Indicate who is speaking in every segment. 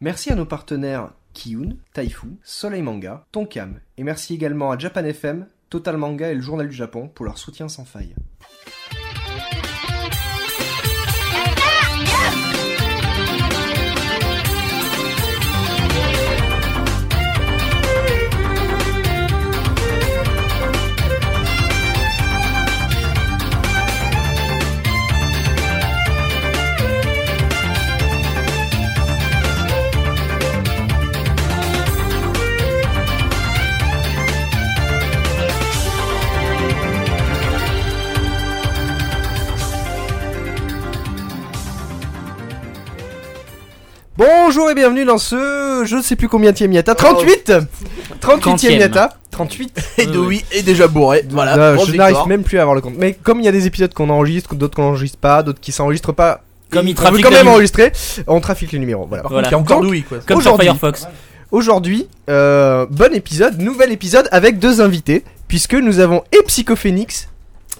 Speaker 1: Merci à nos partenaires Kiyun, Taifu, Soleil Manga, Tonkam, et merci également à Japan FM, Total Manga et le Journal du Japon pour leur soutien sans faille. Bonjour et bienvenue dans ce je ne sais plus combien tième yata 38 38 e
Speaker 2: Oh. Quantième. Ah,
Speaker 1: yata 38
Speaker 2: Et Doui
Speaker 3: est déjà bourré.
Speaker 1: Euh, je n'arrive même plus à avoir le compte. Mais comme il y a des épisodes qu'on enregistre, d'autres qu'on n'enregistre pas, d'autres qui s'enregistrent pas,
Speaker 2: Comme
Speaker 1: on
Speaker 2: il
Speaker 1: veut
Speaker 2: trafique
Speaker 1: quand
Speaker 2: la
Speaker 1: même
Speaker 2: nuit.
Speaker 1: enregistrer, on trafique les numéros. Voilà.
Speaker 2: Voilà.
Speaker 3: il y a encore
Speaker 1: Donc,
Speaker 3: Louis quoi.
Speaker 2: Comme sur
Speaker 1: Aujourd'hui.
Speaker 2: Firefox.
Speaker 1: Aujourd'hui, euh, bon épisode, nouvel épisode avec deux invités, puisque nous avons et Psychophénix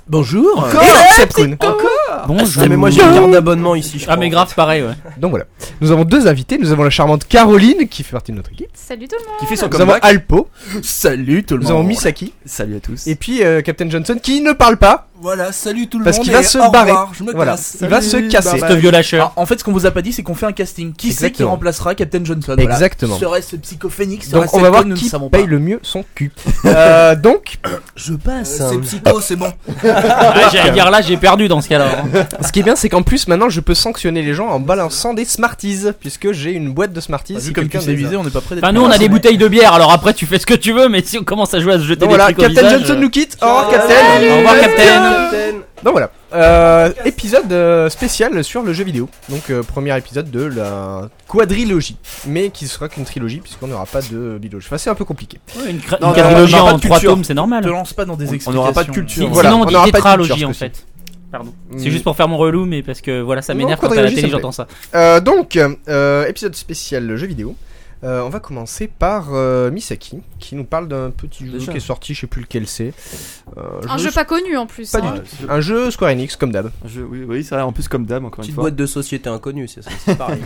Speaker 3: Bonjour.
Speaker 1: et Sepkun.
Speaker 2: Bonjour.
Speaker 3: Ah, mais moi j'ai une carte d'abonnement ici. Je
Speaker 2: Ah, mais grave, pareil, ouais.
Speaker 1: Donc voilà, nous avons deux invités, nous avons la charmante Caroline qui fait partie de notre équipe,
Speaker 4: Salut tout le monde
Speaker 3: Qui fait son
Speaker 1: nous avons
Speaker 3: comeback.
Speaker 1: Alpo,
Speaker 3: Salut tout le
Speaker 1: nous
Speaker 3: monde.
Speaker 1: avons Misaki,
Speaker 3: Salut à tous.
Speaker 1: et puis euh, Captain Johnson qui ne parle pas,
Speaker 5: Voilà, salut tout le
Speaker 1: Parce
Speaker 5: monde.
Speaker 1: qu'il va
Speaker 5: et
Speaker 1: se
Speaker 5: au revoir,
Speaker 1: barrer.
Speaker 5: Je me
Speaker 1: Voilà.
Speaker 5: casse.
Speaker 1: il va se casser.
Speaker 2: C'est vieux lâcheur.
Speaker 3: Ah, en fait, ce qu'on vous a pas dit, c'est qu'on fait un casting. Qui c'est qui
Speaker 1: Exactement.
Speaker 3: remplacera Captain Johnson voilà.
Speaker 1: Exactement.
Speaker 3: Serait-ce Psychophénix
Speaker 1: Donc
Speaker 3: serait-ce
Speaker 1: on va voir
Speaker 3: Elton, nous
Speaker 1: qui
Speaker 3: ne savons
Speaker 1: paye
Speaker 3: pas.
Speaker 1: le mieux son cul. Euh, donc
Speaker 3: Je passe.
Speaker 5: C'est psycho, c'est bon.
Speaker 2: Ah, J'allais dire là, j'ai perdu dans ce cas-là.
Speaker 1: Ce qui est bien, c'est qu'en plus, maintenant, je peux sanctionner les gens en balançant des Smarties, puisque j'ai une boîte de Smarties.
Speaker 3: Bah, Vu
Speaker 1: si
Speaker 3: comme tu
Speaker 1: quelqu'un les
Speaker 3: sais
Speaker 1: a.
Speaker 3: viser, on n'est pas prêt d'être.
Speaker 2: Enfin, nous, on a des bouteilles de bière, alors après, tu fais ce que tu veux, mais si on commence à jouer à se jeter
Speaker 1: Donc
Speaker 2: des
Speaker 1: voilà,
Speaker 2: trucs au
Speaker 1: Captain
Speaker 2: visage,
Speaker 1: Johnson
Speaker 2: euh,
Speaker 1: nous quitte. Au revoir, Captain.
Speaker 2: Au revoir, Captain.
Speaker 1: Donc voilà, euh, épisode euh, spécial sur le jeu vidéo. Donc, euh, premier épisode de la quadrilogie, mais qui sera qu'une trilogie, puisqu'on n'aura pas de bilogie. Enfin, c'est un peu compliqué.
Speaker 2: Ouais, Une cra-
Speaker 3: Non,
Speaker 2: une
Speaker 3: non, on
Speaker 2: quadrilogie
Speaker 3: n'aura pas
Speaker 2: en
Speaker 3: de
Speaker 2: trois
Speaker 3: culture.
Speaker 2: tomes, c'est
Speaker 3: te
Speaker 2: normal.
Speaker 3: lance pas dans des
Speaker 5: On- on
Speaker 3: explications.
Speaker 5: n'aura pas de
Speaker 2: Si-
Speaker 5: culture.
Speaker 2: Sinon,
Speaker 1: voilà,
Speaker 2: on
Speaker 1: on aura
Speaker 2: dit
Speaker 1: pas de
Speaker 2: tétralogie
Speaker 1: culture,
Speaker 2: en
Speaker 1: ce que
Speaker 2: fait. Pardon.
Speaker 1: Mm.
Speaker 2: C'est juste pour faire mon relou, mais parce que voilà, ça
Speaker 1: Non,
Speaker 2: m'énerve quand à la
Speaker 1: quadrilogie, ça
Speaker 2: télé,
Speaker 1: me plaît.
Speaker 2: j'entends ça.
Speaker 1: Euh, donc, euh, épisode spécial jeu vidéo. Euh, on va commencer par euh, Misaki, qui nous parle d'un petit jeu
Speaker 3: Déjà.
Speaker 1: qui est sorti, je sais plus lequel c'est. Euh,
Speaker 4: Un jeu pas connu en plus.
Speaker 1: Pas
Speaker 4: hein.
Speaker 1: du Un jeu Square Enix, comme d'hab.
Speaker 6: Je- oui, oui, c'est vrai, en plus comme dame, encore une
Speaker 3: Petite
Speaker 6: fois.
Speaker 3: boîte de société inconnue, c'est ça. C'est pareil.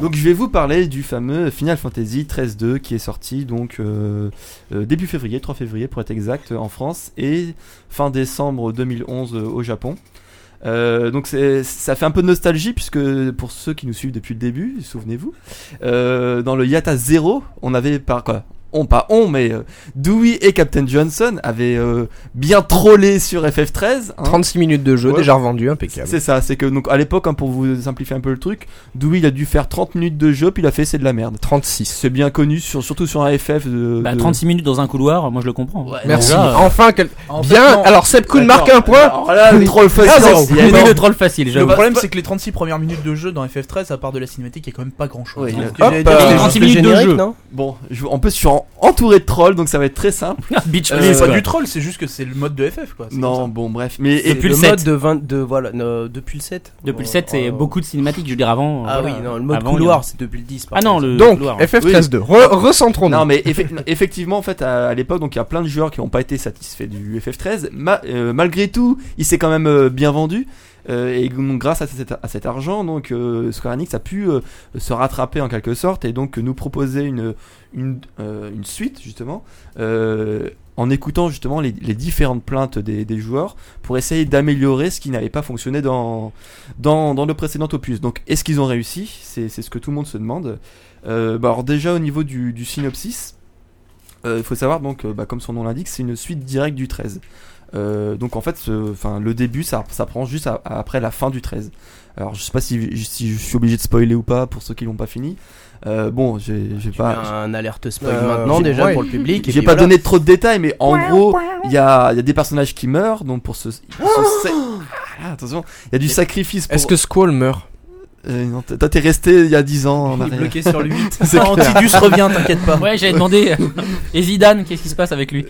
Speaker 6: Donc je vais vous parler du fameux Final Fantasy 13-2 qui est sorti donc euh, euh, début février, 3 février pour être exact, en France et fin décembre 2011 euh, au Japon. Euh, donc c'est- ça fait un peu de nostalgie puisque pour ceux qui nous suivent depuis le début, souvenez-vous, euh, dans le Yata 0, on avait par quoi on, pas on, mais euh, Dewey et Captain Johnson avaient euh, bien trollé sur FF13. hein.
Speaker 1: 36 minutes de jeu,
Speaker 6: Ouais.
Speaker 1: déjà revendu, impeccable.
Speaker 6: C'est ça, c'est que donc à l'époque, hein, pour vous simplifier un peu le truc, Dewey il a dû faire 30 minutes de jeu, puis il a fait c'est de la merde.
Speaker 1: 36.
Speaker 6: C'est bien connu, sur, surtout sur un FF de.
Speaker 2: Bah,
Speaker 6: de-
Speaker 2: 36 minutes dans un couloir, moi je le comprends.
Speaker 3: Ouais,
Speaker 1: Merci.
Speaker 2: Déjà, euh,
Speaker 1: enfin, quel-
Speaker 3: En fait,
Speaker 1: bien.
Speaker 3: non.
Speaker 1: Alors, Seb Kuhn marque un point.
Speaker 3: Alors là,
Speaker 6: Le troll
Speaker 1: Ah,
Speaker 6: facile.
Speaker 1: zéro.
Speaker 6: aussi,
Speaker 2: oui,
Speaker 6: alors.
Speaker 2: le troll facile,
Speaker 3: Le
Speaker 2: j'avoue.
Speaker 3: problème, c'est que les 36 premières minutes de jeu dans FF13, à part de la cinématique, il y a quand même pas grand chose.
Speaker 6: Ouais, il a-
Speaker 1: Hop, euh,
Speaker 2: juste 36 le minutes de générique, jeu.
Speaker 3: non
Speaker 6: Bon, je, en plus, je suis en- entouré de trolls, donc ça va être très simple.
Speaker 2: Bitch,
Speaker 3: C'est
Speaker 2: please,
Speaker 3: pas
Speaker 2: quoi.
Speaker 3: du troll, c'est juste que c'est le mode de FF quoi. Ah, c'est
Speaker 6: Non,
Speaker 3: comme
Speaker 6: bon, bref. Mais
Speaker 2: C'est
Speaker 6: et-
Speaker 2: Depuis
Speaker 7: le,
Speaker 2: le
Speaker 7: mode
Speaker 2: 7.
Speaker 7: de 20 de voilà no- depuis le 7
Speaker 2: Depuis le 7, c'est
Speaker 7: Euh,
Speaker 2: beaucoup de cinématiques, je veux dire avant.
Speaker 7: ah
Speaker 2: voilà.
Speaker 7: oui non le mode
Speaker 2: Avant, il y en a-
Speaker 7: couloir c'est depuis le 10 par
Speaker 2: Ah non,
Speaker 7: contre.
Speaker 2: le
Speaker 1: Donc,
Speaker 2: couloir.
Speaker 1: FF13-2. Re- Recentrons-nous.
Speaker 6: Non mais effe- non, effectivement en fait à, à l'époque donc il y a plein de joueurs qui n'ont pas été satisfaits du FF13 Ma- euh, malgré tout il s'est quand même euh, bien vendu euh, et donc, grâce à cet, à cet argent donc euh, Square Enix a pu euh, se rattraper en quelque sorte et donc euh, nous proposer une, une, euh, une suite justement euh, en écoutant justement les, les différentes plaintes des, des joueurs pour essayer d'améliorer ce qui n'avait pas fonctionné dans, dans, dans le précédent opus. Donc est-ce qu'ils ont réussi C'est c'est ce que tout le monde se demande. Euh, bah, alors déjà au niveau du, du synopsis, euh, il faut savoir donc euh, bah, comme son nom l'indique, c'est une suite directe du 13. Euh, donc en fait, ce- enfin le début, ça, ça prend juste à- à- après la fin du 13. Alors je sais pas si, si je suis obligé de spoiler ou pas pour ceux qui l'ont pas fini. Euh, bon, j'ai j'ai
Speaker 7: Tu mets
Speaker 6: pas.
Speaker 7: un alerte spoil
Speaker 1: Euh,
Speaker 7: maintenant
Speaker 1: j'ai-
Speaker 7: déjà
Speaker 1: ouais.
Speaker 7: pour le public et
Speaker 6: J'ai
Speaker 7: puis
Speaker 6: pas
Speaker 7: voilà.
Speaker 6: donné trop de détails, mais en gros, il y a, il y a des personnages qui meurent, donc pour ce. pour ce- Ah, attention, il y a du sacrifice pour.
Speaker 1: Est-ce que Squall meurt
Speaker 6: Euh, non, t- toi, t'es resté il y a 10 ans
Speaker 3: ça.
Speaker 6: en
Speaker 3: Il est
Speaker 6: arrière.
Speaker 3: bloqué sur le 8.
Speaker 6: C'est clair.
Speaker 3: Antigus Ah, revient, t'inquiète pas.
Speaker 2: Ouais, j'avais demandé. euh, Et Zidane, qu'est-ce qui se passe avec lui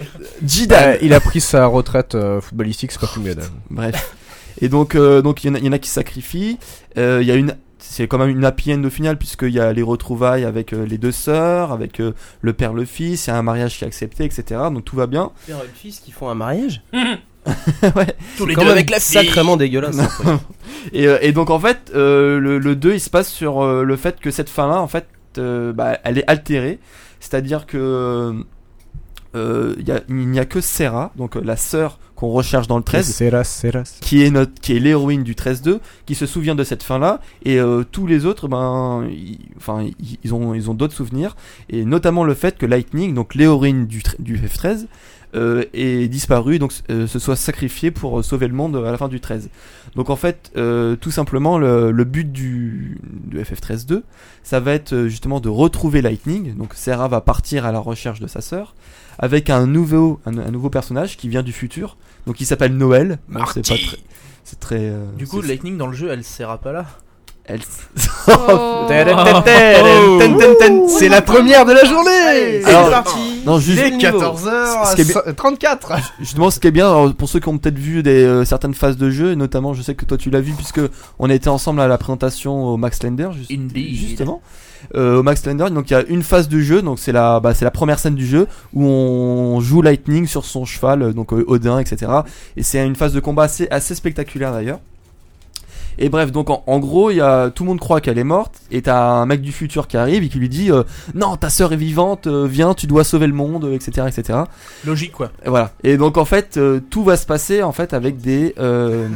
Speaker 6: Jidan.
Speaker 1: Euh, Il a pris sa retraite euh, footballistique, c'est pas plus mieux. d'ailleurs.
Speaker 6: Bref. Et donc, euh, donc il y, en a- il y en a qui se sacrifient. Euh, Il y a une, c'est quand même une happy end au final puisqu'il y a les retrouvailles avec euh, les deux sœurs, avec euh, le père, le fils. Il y a un mariage qui est accepté, etc. Donc tout va bien.
Speaker 7: Père et fils qui font un mariage
Speaker 6: ouais.
Speaker 3: Tous
Speaker 7: C'est
Speaker 3: les
Speaker 7: quand
Speaker 3: deux
Speaker 7: même
Speaker 3: avec la fille.
Speaker 7: sacrément dégueulasse hein, quoi.
Speaker 6: Et, euh, et donc en fait, euh, le, le 2 il se passe sur euh, le fait que cette fin-là, en fait, fait, euh, bah, elle est altérée. C'est-à-dire que euh, il y a- il n'y a, que Serra, donc euh, la sœur qu'on recherche dans le 13,
Speaker 1: Serra, Serra.
Speaker 6: qui est notre, qui est l'héroïne du 13-2, qui se souvient de cette fin-là, et euh, tous les autres, ben, ils- enfin, ils- ils ont, ils ont d'autres souvenirs, et notamment le fait que Lightning, donc l'héroïne du, tr- du F-13, euh, est disparue, donc euh, se soit sacrifiée pour euh, sauver le monde à la fin du 13. Donc en fait, euh, tout simplement, le, le but du, du FF13-2, ça va être euh, justement de retrouver Lightning, donc Sarah va partir à la recherche de sa sœur, avec un nouveau, un, un nouveau personnage qui vient du futur, donc il s'appelle Noël. Alors, C'est pas très. C'est très. euh,
Speaker 3: Du coup,
Speaker 6: c'est-
Speaker 3: Lightning dans le jeu, elle sert pas là.
Speaker 6: elle-
Speaker 4: Oh.
Speaker 1: C'est la première de la journée
Speaker 6: Alors,
Speaker 1: Oh. C'est parti.
Speaker 6: non, juste,
Speaker 1: Il est 14h34
Speaker 6: Ce qui est bien- justement, ce qui est bien, alors, pour ceux qui ont peut-être vu des, euh, certaines phases de jeu, et notamment, je sais que toi tu l'as vu, puisque on était ensemble à la présentation au Max Lender, juste-
Speaker 3: Indeed.
Speaker 6: justement. Euh, au Max Lender, donc il y a une phase de jeu, donc c'est la, bah, c'est la première scène du jeu où on joue Lightning sur son cheval, euh, donc euh, Odin, etc. Et c'est une phase de combat assez, assez spectaculaire d'ailleurs. Et bref, donc en, en gros, il y a, tout le monde croit qu'elle est morte, et t'as un mec du futur qui arrive et qui lui dit euh, Non, ta sœur est vivante, euh, viens, tu dois sauver le monde, euh, etc. etc.
Speaker 3: Logique quoi.
Speaker 6: Et voilà. Et donc en fait, euh, tout va se passer en fait avec des euh,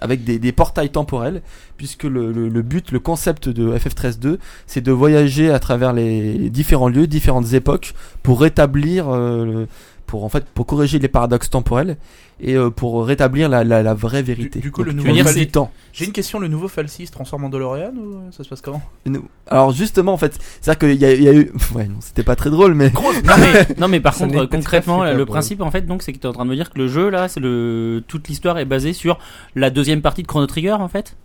Speaker 6: avec des, des portails temporels, puisque le, le- le but, le concept de FF13.2, c'est de voyager à travers les différents lieux, différentes époques, pour rétablir, euh, le- pour en fait, pour corriger les paradoxes temporels et euh, pour rétablir la, la, la vraie vérité.
Speaker 3: du coup, le
Speaker 6: Donc,
Speaker 3: nouveau
Speaker 6: tu
Speaker 3: Fall-
Speaker 6: c'est du temps.
Speaker 3: J'ai une question, le nouveau Falsi se transforme en DeLorean ou euh, ça se passe comment
Speaker 6: Nous- Alors justement, en fait, c'est-à-dire qu'il y, a- il y a eu, ouais, non, c'était pas très drôle, mais
Speaker 2: non, mais, non, mais par
Speaker 1: Ça
Speaker 2: contre,
Speaker 1: n'est
Speaker 2: euh,
Speaker 1: pas tout à
Speaker 2: concrètement,
Speaker 1: fait
Speaker 2: là,
Speaker 1: pas
Speaker 2: le
Speaker 1: drôle.
Speaker 2: principe en fait, donc, c'est que t'es en train de me dire que le jeu là, c'est le toute l'histoire est basée sur la deuxième partie de Chrono Trigger en fait.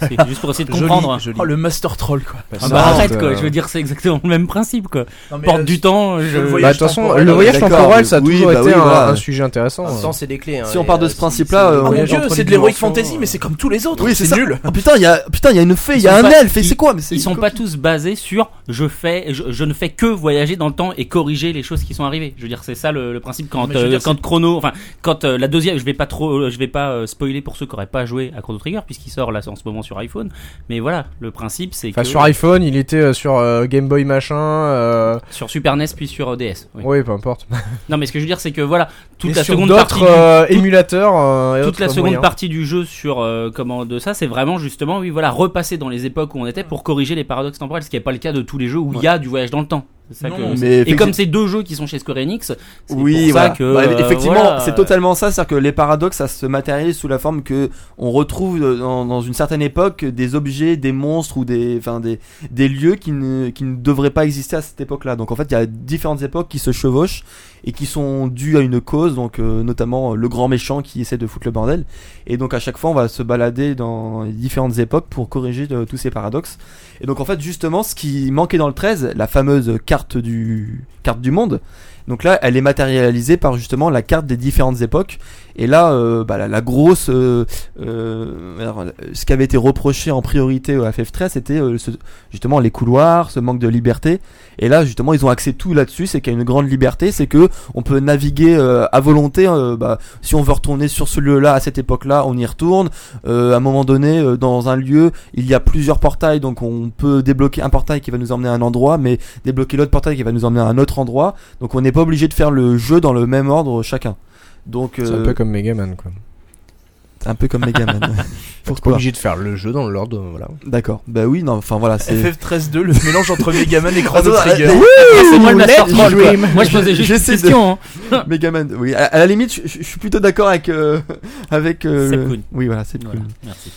Speaker 2: C'est juste pour essayer de comprendre. hein.
Speaker 3: Oh, le Master Troll quoi.
Speaker 2: Ah bah
Speaker 1: euh,
Speaker 2: arrête quoi, je veux dire c'est exactement le même principe quoi.
Speaker 3: Non, mais,
Speaker 2: Porte
Speaker 3: euh,
Speaker 2: du temps,
Speaker 3: je
Speaker 2: je...
Speaker 3: le voyais-
Speaker 1: Bah,
Speaker 3: Voyage
Speaker 1: de toute façon,
Speaker 3: temporel.
Speaker 1: le voyage
Speaker 6: D'accord,
Speaker 1: temporel, ça a
Speaker 6: oui,
Speaker 1: toujours
Speaker 6: bah
Speaker 1: été
Speaker 6: oui,
Speaker 1: un,
Speaker 6: voilà.
Speaker 1: un sujet intéressant.
Speaker 7: Sans, c'est des clés. hein,
Speaker 6: Si on
Speaker 7: et,
Speaker 6: part de
Speaker 7: euh,
Speaker 6: ce
Speaker 7: si-
Speaker 6: principles-là,
Speaker 7: si-
Speaker 6: euh,
Speaker 3: Oh
Speaker 6: on-
Speaker 3: mon
Speaker 6: voyage
Speaker 3: dieu,
Speaker 6: entre
Speaker 3: c'est
Speaker 6: les
Speaker 3: de l'heroic
Speaker 6: dimensions,
Speaker 3: fantasy,
Speaker 6: euh.
Speaker 3: mais c'est comme tous les autres.
Speaker 6: oui, c'est ça.
Speaker 3: nul.
Speaker 6: Ah, putain, il y a, putain, il y a une fée, il y
Speaker 2: Ils
Speaker 6: a
Speaker 2: sont
Speaker 6: un
Speaker 2: pas-
Speaker 6: elfe, et
Speaker 2: ils-
Speaker 6: c'est quoi Mais c'est
Speaker 2: Ils sont
Speaker 6: une
Speaker 2: pas tous basés sur je fais, je, je ne fais que voyager dans le temps et corriger les choses qui sont arrivées. Je veux dire, c'est ça le, le principe quand
Speaker 3: Mais je veux
Speaker 2: euh,
Speaker 3: dire,
Speaker 2: quand chrono, enfin quand euh, la deuxième, je vais pas trop, euh, je vais pas euh, spoiler pour ceux qui auraient pas joué à Chrono Trigger puisqu'il sort là en ce moment sur iPhone. Mais voilà, le principe c'est
Speaker 1: Enfin,
Speaker 2: que
Speaker 1: sur iPhone, il était euh, sur euh, Game Boy machin. euh,
Speaker 2: sur Super NES puis sur euh, DS. oui.
Speaker 1: Oui, peu importe.
Speaker 2: Non, mais ce que je veux dire c'est que voilà toute
Speaker 1: Mais
Speaker 2: la
Speaker 1: sur
Speaker 2: seconde
Speaker 1: d'autres
Speaker 2: partie. du-
Speaker 1: euh, émulateurs. euh, et
Speaker 2: toute
Speaker 1: autres
Speaker 2: la seconde
Speaker 1: moyens.
Speaker 2: partie du jeu sur euh, comment de ça, c'est vraiment justement oui voilà repasser dans les époques où on était pour corriger les paradoxes temporels, ce qui n'est pas le cas de tous les jeux où il y a du voyage dans le temps. C'est ça
Speaker 3: Non,
Speaker 2: que-
Speaker 3: non,
Speaker 6: mais
Speaker 2: et comme ces deux jeux qui sont chez Square Enix, c'est
Speaker 6: Oui,
Speaker 2: pour
Speaker 6: voilà.
Speaker 2: ça que
Speaker 6: Bah,
Speaker 2: euh,
Speaker 6: effectivement,
Speaker 2: voilà,
Speaker 6: c'est totalement ça, c'est-à-dire que les paradoxes, ça se matérialise sous la forme que on retrouve euh, dans, dans une certaine époque des objets, des monstres ou des, enfin des, des lieux qui ne, qui ne devraient pas exister à cette époque-là. Donc en fait, il y a différentes époques qui se chevauchent et qui sont dues à une cause, donc euh, notamment euh, le grand méchant qui essaie de foutre le bordel. Et donc à chaque fois, on va se balader dans les différentes époques pour corriger euh, tous ces paradoxes. Et donc en fait, justement, ce qui manquait dans le 13, la fameuse carte du carte du monde. Donc là, elle est matérialisée par justement la carte des différentes époques. Et là, euh, bah, la, la grosse, euh, euh, alors, euh, ce qui avait été reproché en priorité au FF13, c'était euh, ce- justement les couloirs, ce manque de liberté. Et là, justement, ils ont axé tout là-dessus. C'est qu'il y a une grande liberté, c'est que on peut naviguer euh, à volonté. euh, bah, si on veut retourner sur ce lieu-là à cette époque-là, on y retourne. Euh, à un moment donné, euh, dans un lieu, il y a plusieurs portails, donc on peut débloquer un portail qui va nous emmener à un endroit, mais débloquer l'autre portail qui va nous emmener à un autre endroit. Donc on n'est pas obligé de faire le jeu dans le même ordre chacun. Donc
Speaker 1: C'est
Speaker 6: euh,
Speaker 1: un peu comme Megaman, quoi.
Speaker 6: un peu comme Megaman.
Speaker 1: Pas
Speaker 6: Pourquoi
Speaker 1: obligé de faire le jeu dans l'ordre, voilà.
Speaker 6: D'accord. Bah oui, non, enfin voilà, c'est
Speaker 3: FF13-2, le mélange entre Megaman et Chrono
Speaker 6: Attends,
Speaker 3: Trigger.
Speaker 2: Ah, c'est moi le
Speaker 6: Let's
Speaker 2: master troll, quoi.
Speaker 6: dream.
Speaker 2: Moi je posais juste
Speaker 6: J'essaie
Speaker 2: une
Speaker 6: de-
Speaker 2: question. hein.
Speaker 6: Megaman. Oui, à, à la limite, je- je je suis plutôt d'accord avec euh, avec euh,
Speaker 2: Seth
Speaker 6: le-
Speaker 2: Kuhn.
Speaker 6: Oui, voilà, c'est
Speaker 2: Voilà, merci.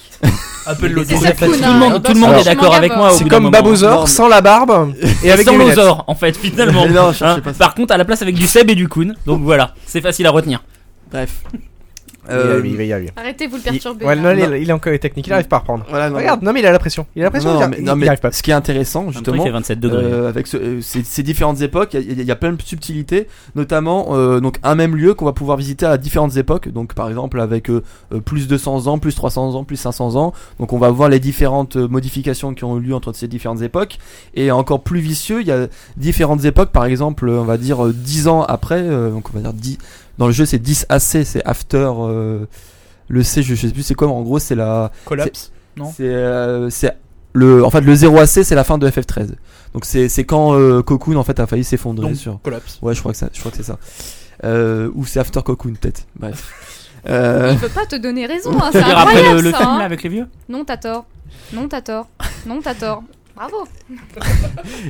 Speaker 3: Appelle le
Speaker 4: C'est
Speaker 3: tour.
Speaker 4: ça,
Speaker 2: Tout
Speaker 4: Kuhn, hein.
Speaker 2: le monde, tout le monde
Speaker 4: Alors,
Speaker 2: est d'accord
Speaker 4: je
Speaker 2: avec
Speaker 4: m'en
Speaker 2: moi. au
Speaker 1: C'est
Speaker 2: bout d'un
Speaker 1: comme
Speaker 2: moment.
Speaker 1: Babozor, sans la barbe et avec
Speaker 2: Sans
Speaker 1: des lunettes.
Speaker 2: l'osor, en fait, finalement.
Speaker 6: Mais non, je- je
Speaker 2: Hein.
Speaker 6: sais pas ça.
Speaker 2: Par contre, à la place avec du Seb et du Kun. Donc voilà, c'est facile à retenir.
Speaker 6: Bref.
Speaker 1: Il va y
Speaker 6: Euh,
Speaker 1: arriver, il va y arriver.
Speaker 4: Arrêtez, vous le
Speaker 2: Euh,
Speaker 4: perturbez.
Speaker 1: Ouais, non,
Speaker 4: là.
Speaker 1: il est- il est encore technique, il arrive pas à reprendre.
Speaker 6: voilà, non,
Speaker 1: Regarde, non mais il a la pression. Il a la pression,
Speaker 6: non,
Speaker 1: il
Speaker 6: mais-
Speaker 1: il-
Speaker 6: non, mais
Speaker 1: il arrive pas.
Speaker 6: ce qui est intéressant
Speaker 2: Justement, il
Speaker 6: justement,
Speaker 2: fait 27 degrés.
Speaker 6: Euh, avec ce- euh, ces, ces différentes époques, il y, a- il y a plein de subtilités, notamment euh, donc un même lieu qu'on va pouvoir visiter à différentes époques. Donc par exemple avec euh, euh, plus de 100 ans, plus 300 ans, plus 500 ans. Donc on va voir les différentes euh, modifications qui ont eu lieu entre ces différentes époques. Et encore plus vicieux, il y a différentes époques. Par exemple, euh, on va dire euh, 10 ans après, euh, donc on va dire 10. Dans le jeu, c'est 10 AC, c'est after. euh, le C, je, je sais plus c'est quoi, mais en gros, c'est la.
Speaker 3: Collapse. Non.
Speaker 6: C'est. euh, c'est le, en fait, le 0 AC, c'est la fin de FF13. Donc c'est c'est quand euh, Cocoon en fait a failli s'effondrer
Speaker 3: Donc,
Speaker 6: sur.
Speaker 3: collapse.
Speaker 6: Ouais, je crois que ça, je crois que c'est ça. Euh, ou c'est After Cocoon peut-être. Bref. Euh,
Speaker 4: Il peut pas te donner raison, hein,
Speaker 2: Tu
Speaker 4: c'est
Speaker 2: veux dire après
Speaker 4: incroyable
Speaker 2: le, le
Speaker 4: ça.
Speaker 2: film
Speaker 4: hein.
Speaker 2: là avec les vieux
Speaker 4: Non, t'as tort. Non, t'as tort. Non, t'as tort. Bravo.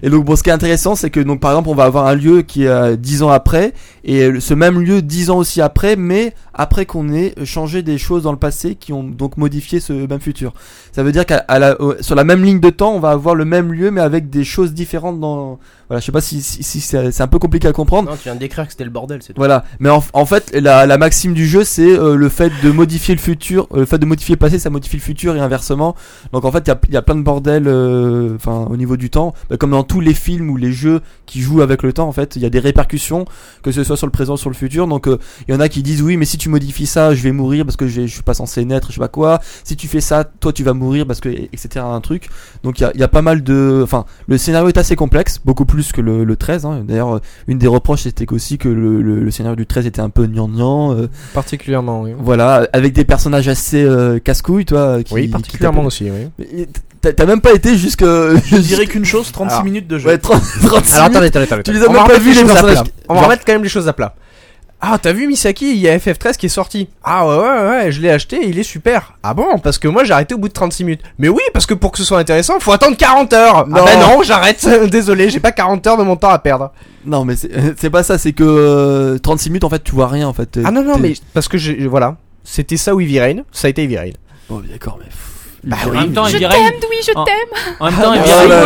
Speaker 6: et donc bon, ce qui est intéressant, c'est que donc par exemple, on va avoir un lieu qui est euh, 10 ans après, et euh, ce même lieu 10 ans aussi après, mais après qu'on ait changé des choses dans le passé qui ont donc modifié ce même futur. Ça veut dire qu'à à la- au- sur la même ligne de temps, on va avoir le même lieu, mais avec des choses différentes dans. Voilà, je sais pas si, si, si c'est c'est un peu compliqué à comprendre.
Speaker 7: Non, tu viens de décrire que c'était le bordel, c'est tout.
Speaker 6: Voilà, mais en, en fait, la, la maxime du jeu, c'est euh, le fait de modifier le futur, euh, le fait de modifier le passé, ça modifie le futur et inversement. Donc en fait, il y a, il y a plein de bordel, euh, enfin au niveau du temps, Bah, comme dans tous les films ou les jeux qui jouent avec le temps. En fait, il y a des répercussions, que ce soit sur le présent, sur le futur. Donc euh, il y en a qui disent oui, mais si tu modifies ça, je vais mourir parce que je, vais- je suis pas censé naître, je sais pas quoi. Si tu fais ça, toi tu vas mourir parce que etc. Un truc. Donc il y a, il y a pas mal de, enfin le scénario est assez complexe, beaucoup plus que le, le 13. Hein. D'ailleurs, une des reproches c'était aussi que le, le- le scénario du 13 était un peu gnangnan. euh,
Speaker 1: Particulièrement, oui.
Speaker 6: voilà, avec des personnages assez euh, casse-couilles, toi. euh, Qui,
Speaker 1: Oui,
Speaker 6: qui
Speaker 1: particulièrement aussi, oui.
Speaker 6: t'appellent- T'as t'as même pas été jusque. Je
Speaker 3: Je dirais qu'une chose 36
Speaker 7: Ah.
Speaker 1: Alors,
Speaker 3: minutes de jeu.
Speaker 6: Ouais, 30, 36
Speaker 1: Alors attendez, attendez, attendez.
Speaker 6: Tu les as
Speaker 1: On
Speaker 6: même
Speaker 1: va
Speaker 6: pas
Speaker 1: remettre
Speaker 6: vus, les
Speaker 1: choses à
Speaker 6: personnages.
Speaker 1: plat. On va
Speaker 6: Genre-
Speaker 1: remettre quand même les choses à plat. Ah, t'as vu Misaki, il y a FF13 qui est sorti. Ah ouais, ouais, ouais, je l'ai acheté, il est super. Ah bon, parce que moi j'ai arrêté au bout de 36 minutes. Mais oui, parce que pour que ce soit intéressant, faut attendre 40 heures.
Speaker 6: Non.
Speaker 1: Ah bah non, j'arrête. Désolé, j'ai pas 40 heures de mon temps à perdre.
Speaker 6: Non, mais c'est c'est pas ça, c'est que euh, 36 minutes en fait, tu vois rien en fait.
Speaker 1: Ah non, non,
Speaker 6: T'es-
Speaker 1: mais parce que j'ai- voilà. C'était ça ou Heavy Rain, ça a été Heavy Rain.
Speaker 6: Oh, d'accord, mais. pff,
Speaker 1: Bah
Speaker 6: il
Speaker 1: oui.
Speaker 6: arrive.
Speaker 2: En même temps,
Speaker 4: Je
Speaker 2: il
Speaker 4: t'aime,
Speaker 2: dirait.
Speaker 4: Doui, je
Speaker 2: Ah.
Speaker 4: t'aime.
Speaker 2: En même temps,
Speaker 6: Ah,
Speaker 2: il
Speaker 6: bah,
Speaker 2: dirait-
Speaker 6: là, là.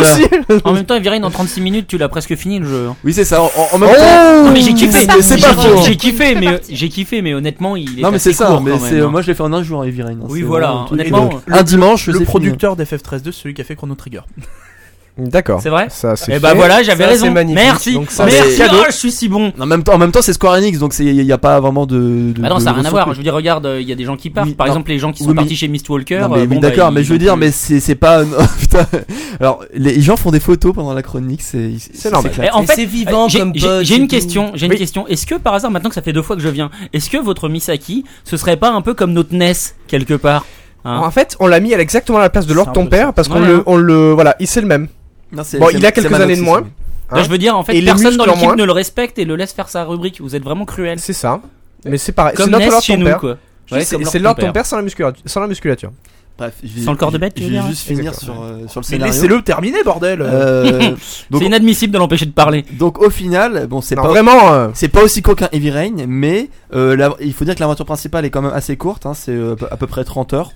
Speaker 1: aussi.
Speaker 2: en même temps, il dirait, dans 36 minutes, tu l'as presque fini le jeu. hein.
Speaker 6: Oui, c'est ça, en, en- en même temps.
Speaker 1: Oh
Speaker 2: Non, mais j'ai kiffé.
Speaker 4: C'est parti,
Speaker 2: J'ai-
Speaker 6: c'est pas faux.
Speaker 2: J'ai kiffé,
Speaker 4: C'est
Speaker 2: mais
Speaker 4: parti.
Speaker 2: j'ai kiffé, mais honnêtement, il est.
Speaker 6: Non, mais
Speaker 2: assez
Speaker 6: c'est ça,
Speaker 2: court,
Speaker 6: mais
Speaker 2: quand
Speaker 6: c'est-
Speaker 2: même, hein.
Speaker 6: moi je l'ai fait en un jour, Heavy Rain. hein,
Speaker 2: Oui,
Speaker 6: c'est
Speaker 2: voilà,
Speaker 6: vraiment un truc.
Speaker 2: honnêtement,
Speaker 6: Et donc, un dimanche,
Speaker 3: Le
Speaker 6: c'est fini.
Speaker 3: producteur d'FF13 2, celui qui a fait Chrono Trigger.
Speaker 1: D'accord.
Speaker 2: C'est vrai.
Speaker 1: Ça, c'est
Speaker 2: Et bah
Speaker 1: fait.
Speaker 2: voilà, j'avais
Speaker 1: Ça,
Speaker 2: raison.
Speaker 1: c'est magnifique.
Speaker 2: Merci.
Speaker 1: Donc ça,
Speaker 2: Merci.
Speaker 6: c'est cadeau.
Speaker 2: oh, je suis si bon.
Speaker 6: En même temps, en même temps, c'est Square Enix, donc il n'y a pas vraiment de. de
Speaker 2: Bah non,
Speaker 6: de
Speaker 2: ça n'a rien à
Speaker 6: ressources.
Speaker 2: voir. Je veux dire, regarde, euh, il y a des gens qui partent.
Speaker 6: Oui,
Speaker 2: Par
Speaker 6: non.
Speaker 2: exemple, les gens qui
Speaker 6: Oui,
Speaker 2: sont
Speaker 6: mais-
Speaker 2: partis chez Miss Walker.
Speaker 6: Non, mais
Speaker 2: euh,
Speaker 6: oui,
Speaker 2: bon, bah,
Speaker 6: d'accord,
Speaker 2: ils
Speaker 6: mais je
Speaker 2: ont
Speaker 6: veux dire,
Speaker 2: plus-
Speaker 6: mais c'est c'est pas. non, putain. Alors, les gens font des photos pendant la chronique, c'est.
Speaker 1: C'est normal.
Speaker 6: clair.
Speaker 2: Eh, en
Speaker 7: Mais
Speaker 2: fait,
Speaker 7: c'est vivant
Speaker 2: euh, j'ai-
Speaker 7: comme
Speaker 2: j'ai-
Speaker 7: pote,
Speaker 2: J'ai une
Speaker 7: c'est tout.
Speaker 2: question. J'ai une
Speaker 1: Oui.
Speaker 2: question. Est-ce que par hasard, maintenant que ça fait deux fois que je viens, est-ce que votre Misaki, ce serait pas un peu comme notre NES quelque part hein
Speaker 1: En fait, on l'a mis à exactement à la place de l'or
Speaker 3: C'est un
Speaker 1: ton
Speaker 3: peu
Speaker 1: père parce qu'on
Speaker 2: Ouais,
Speaker 1: le,
Speaker 2: hein.
Speaker 1: on le, voilà, il c'est le même.
Speaker 6: Non, c'est-
Speaker 1: Bon,
Speaker 6: c'est-
Speaker 1: il a
Speaker 6: c'est
Speaker 1: quelques
Speaker 6: Manox,
Speaker 1: années de
Speaker 6: c'est
Speaker 1: moins.
Speaker 6: ça, oui.
Speaker 2: Là, je veux dire, en fait,
Speaker 1: Et les
Speaker 2: personne
Speaker 1: muscles
Speaker 2: dans
Speaker 1: en
Speaker 2: l'équipe
Speaker 1: moins.
Speaker 2: ne le respecte et le laisse faire sa rubrique. Vous êtes vraiment cruel.
Speaker 1: C'est ça. Mais c'est pareil. C'est
Speaker 2: Comme
Speaker 1: notre
Speaker 2: NES
Speaker 1: Lord
Speaker 2: chez
Speaker 1: ton
Speaker 2: nous,
Speaker 1: père.
Speaker 2: quoi.
Speaker 1: Je sais, C'est l'ordre ton père sans la musculature. Sans la musculature.
Speaker 6: Bref, je vais-
Speaker 2: Sans le corps de bête, tu
Speaker 6: je
Speaker 2: veux
Speaker 6: vais
Speaker 2: dire,
Speaker 6: juste finir sur,
Speaker 1: Exactement.
Speaker 6: euh, sur le
Speaker 3: Mais
Speaker 6: scénario.
Speaker 3: laissez-le terminer, bordel.
Speaker 6: Euh, donc,
Speaker 2: C'est inadmissible de l'empêcher de parler.
Speaker 6: donc, au final, bon, c'est
Speaker 1: Non,
Speaker 6: pas.
Speaker 1: vraiment. euh,
Speaker 6: C'est pas aussi court qu'un Heavy Rain, mais euh, la- il faut dire que l'aventure principale est quand même assez courte, hein, c'est euh, à peu près 30 heures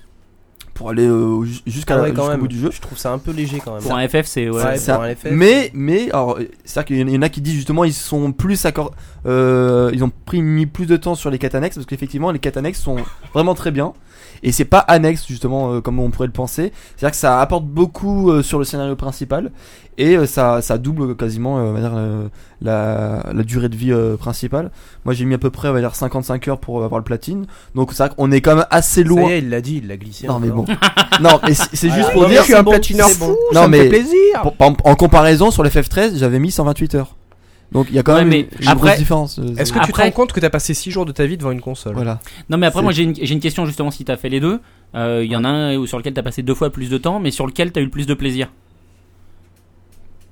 Speaker 6: pour aller euh, ju- jusqu'à
Speaker 7: Ah ouais, quand
Speaker 6: jusqu'au
Speaker 7: même.
Speaker 6: bout du jeu.
Speaker 7: Je trouve ça un peu léger quand même.
Speaker 2: Pour un FF, c'est ouais.
Speaker 7: Ouais,
Speaker 6: ça-
Speaker 7: pour un FF.
Speaker 6: Mais, mais, alors, euh, c'est-à-dire qu'il y en- il y en a qui disent justement, ils sont plus accord, euh, ils ont pris mis plus de temps sur les quêtes annexes parce qu'effectivement, les quêtes annexes sont vraiment très bien. Et c'est pas annexe justement euh, comme on pourrait le penser. C'est-à-dire que ça apporte beaucoup euh, sur le scénario principal et euh, ça, ça double quasiment euh, on va dire, euh, la, la durée de vie euh, principale. Moi j'ai mis à peu près on va dire 55 heures pour avoir le platine. Donc c'est vrai qu'on est quand même assez
Speaker 7: Ça y
Speaker 6: loin.
Speaker 7: est, il l'a dit, il l'a glissé.
Speaker 6: Non mais
Speaker 7: encore.
Speaker 6: bon. Ah, non mais c'est c'est juste
Speaker 7: Voilà.
Speaker 6: pour
Speaker 7: Non,
Speaker 1: Je
Speaker 6: dire
Speaker 1: suis un
Speaker 7: c'est bon,
Speaker 1: platineur
Speaker 7: c'est
Speaker 1: fou.
Speaker 7: bon.
Speaker 1: ça
Speaker 6: Non,
Speaker 1: me
Speaker 6: mais-
Speaker 1: fait plaisir.
Speaker 4: Ah.
Speaker 6: pour- par exemple, en comparaison sur l'FF13, j'avais mis 128 heures. Donc il y a quand
Speaker 2: Ouais,
Speaker 6: même
Speaker 2: mais
Speaker 6: une, une
Speaker 2: après-
Speaker 6: grosse différence. euh,
Speaker 1: Est-ce que tu te
Speaker 2: Après-
Speaker 1: rends compte que t'as passé 6 jours de ta vie devant une console
Speaker 6: voilà.
Speaker 2: Non, mais après,
Speaker 6: C'est-
Speaker 2: moi, j'ai une, j'ai une question justement si t'as fait les deux. Euh, Il y en a un sur lequel t'as passé deux fois plus de temps, mais sur lequel t'as eu le plus de plaisir.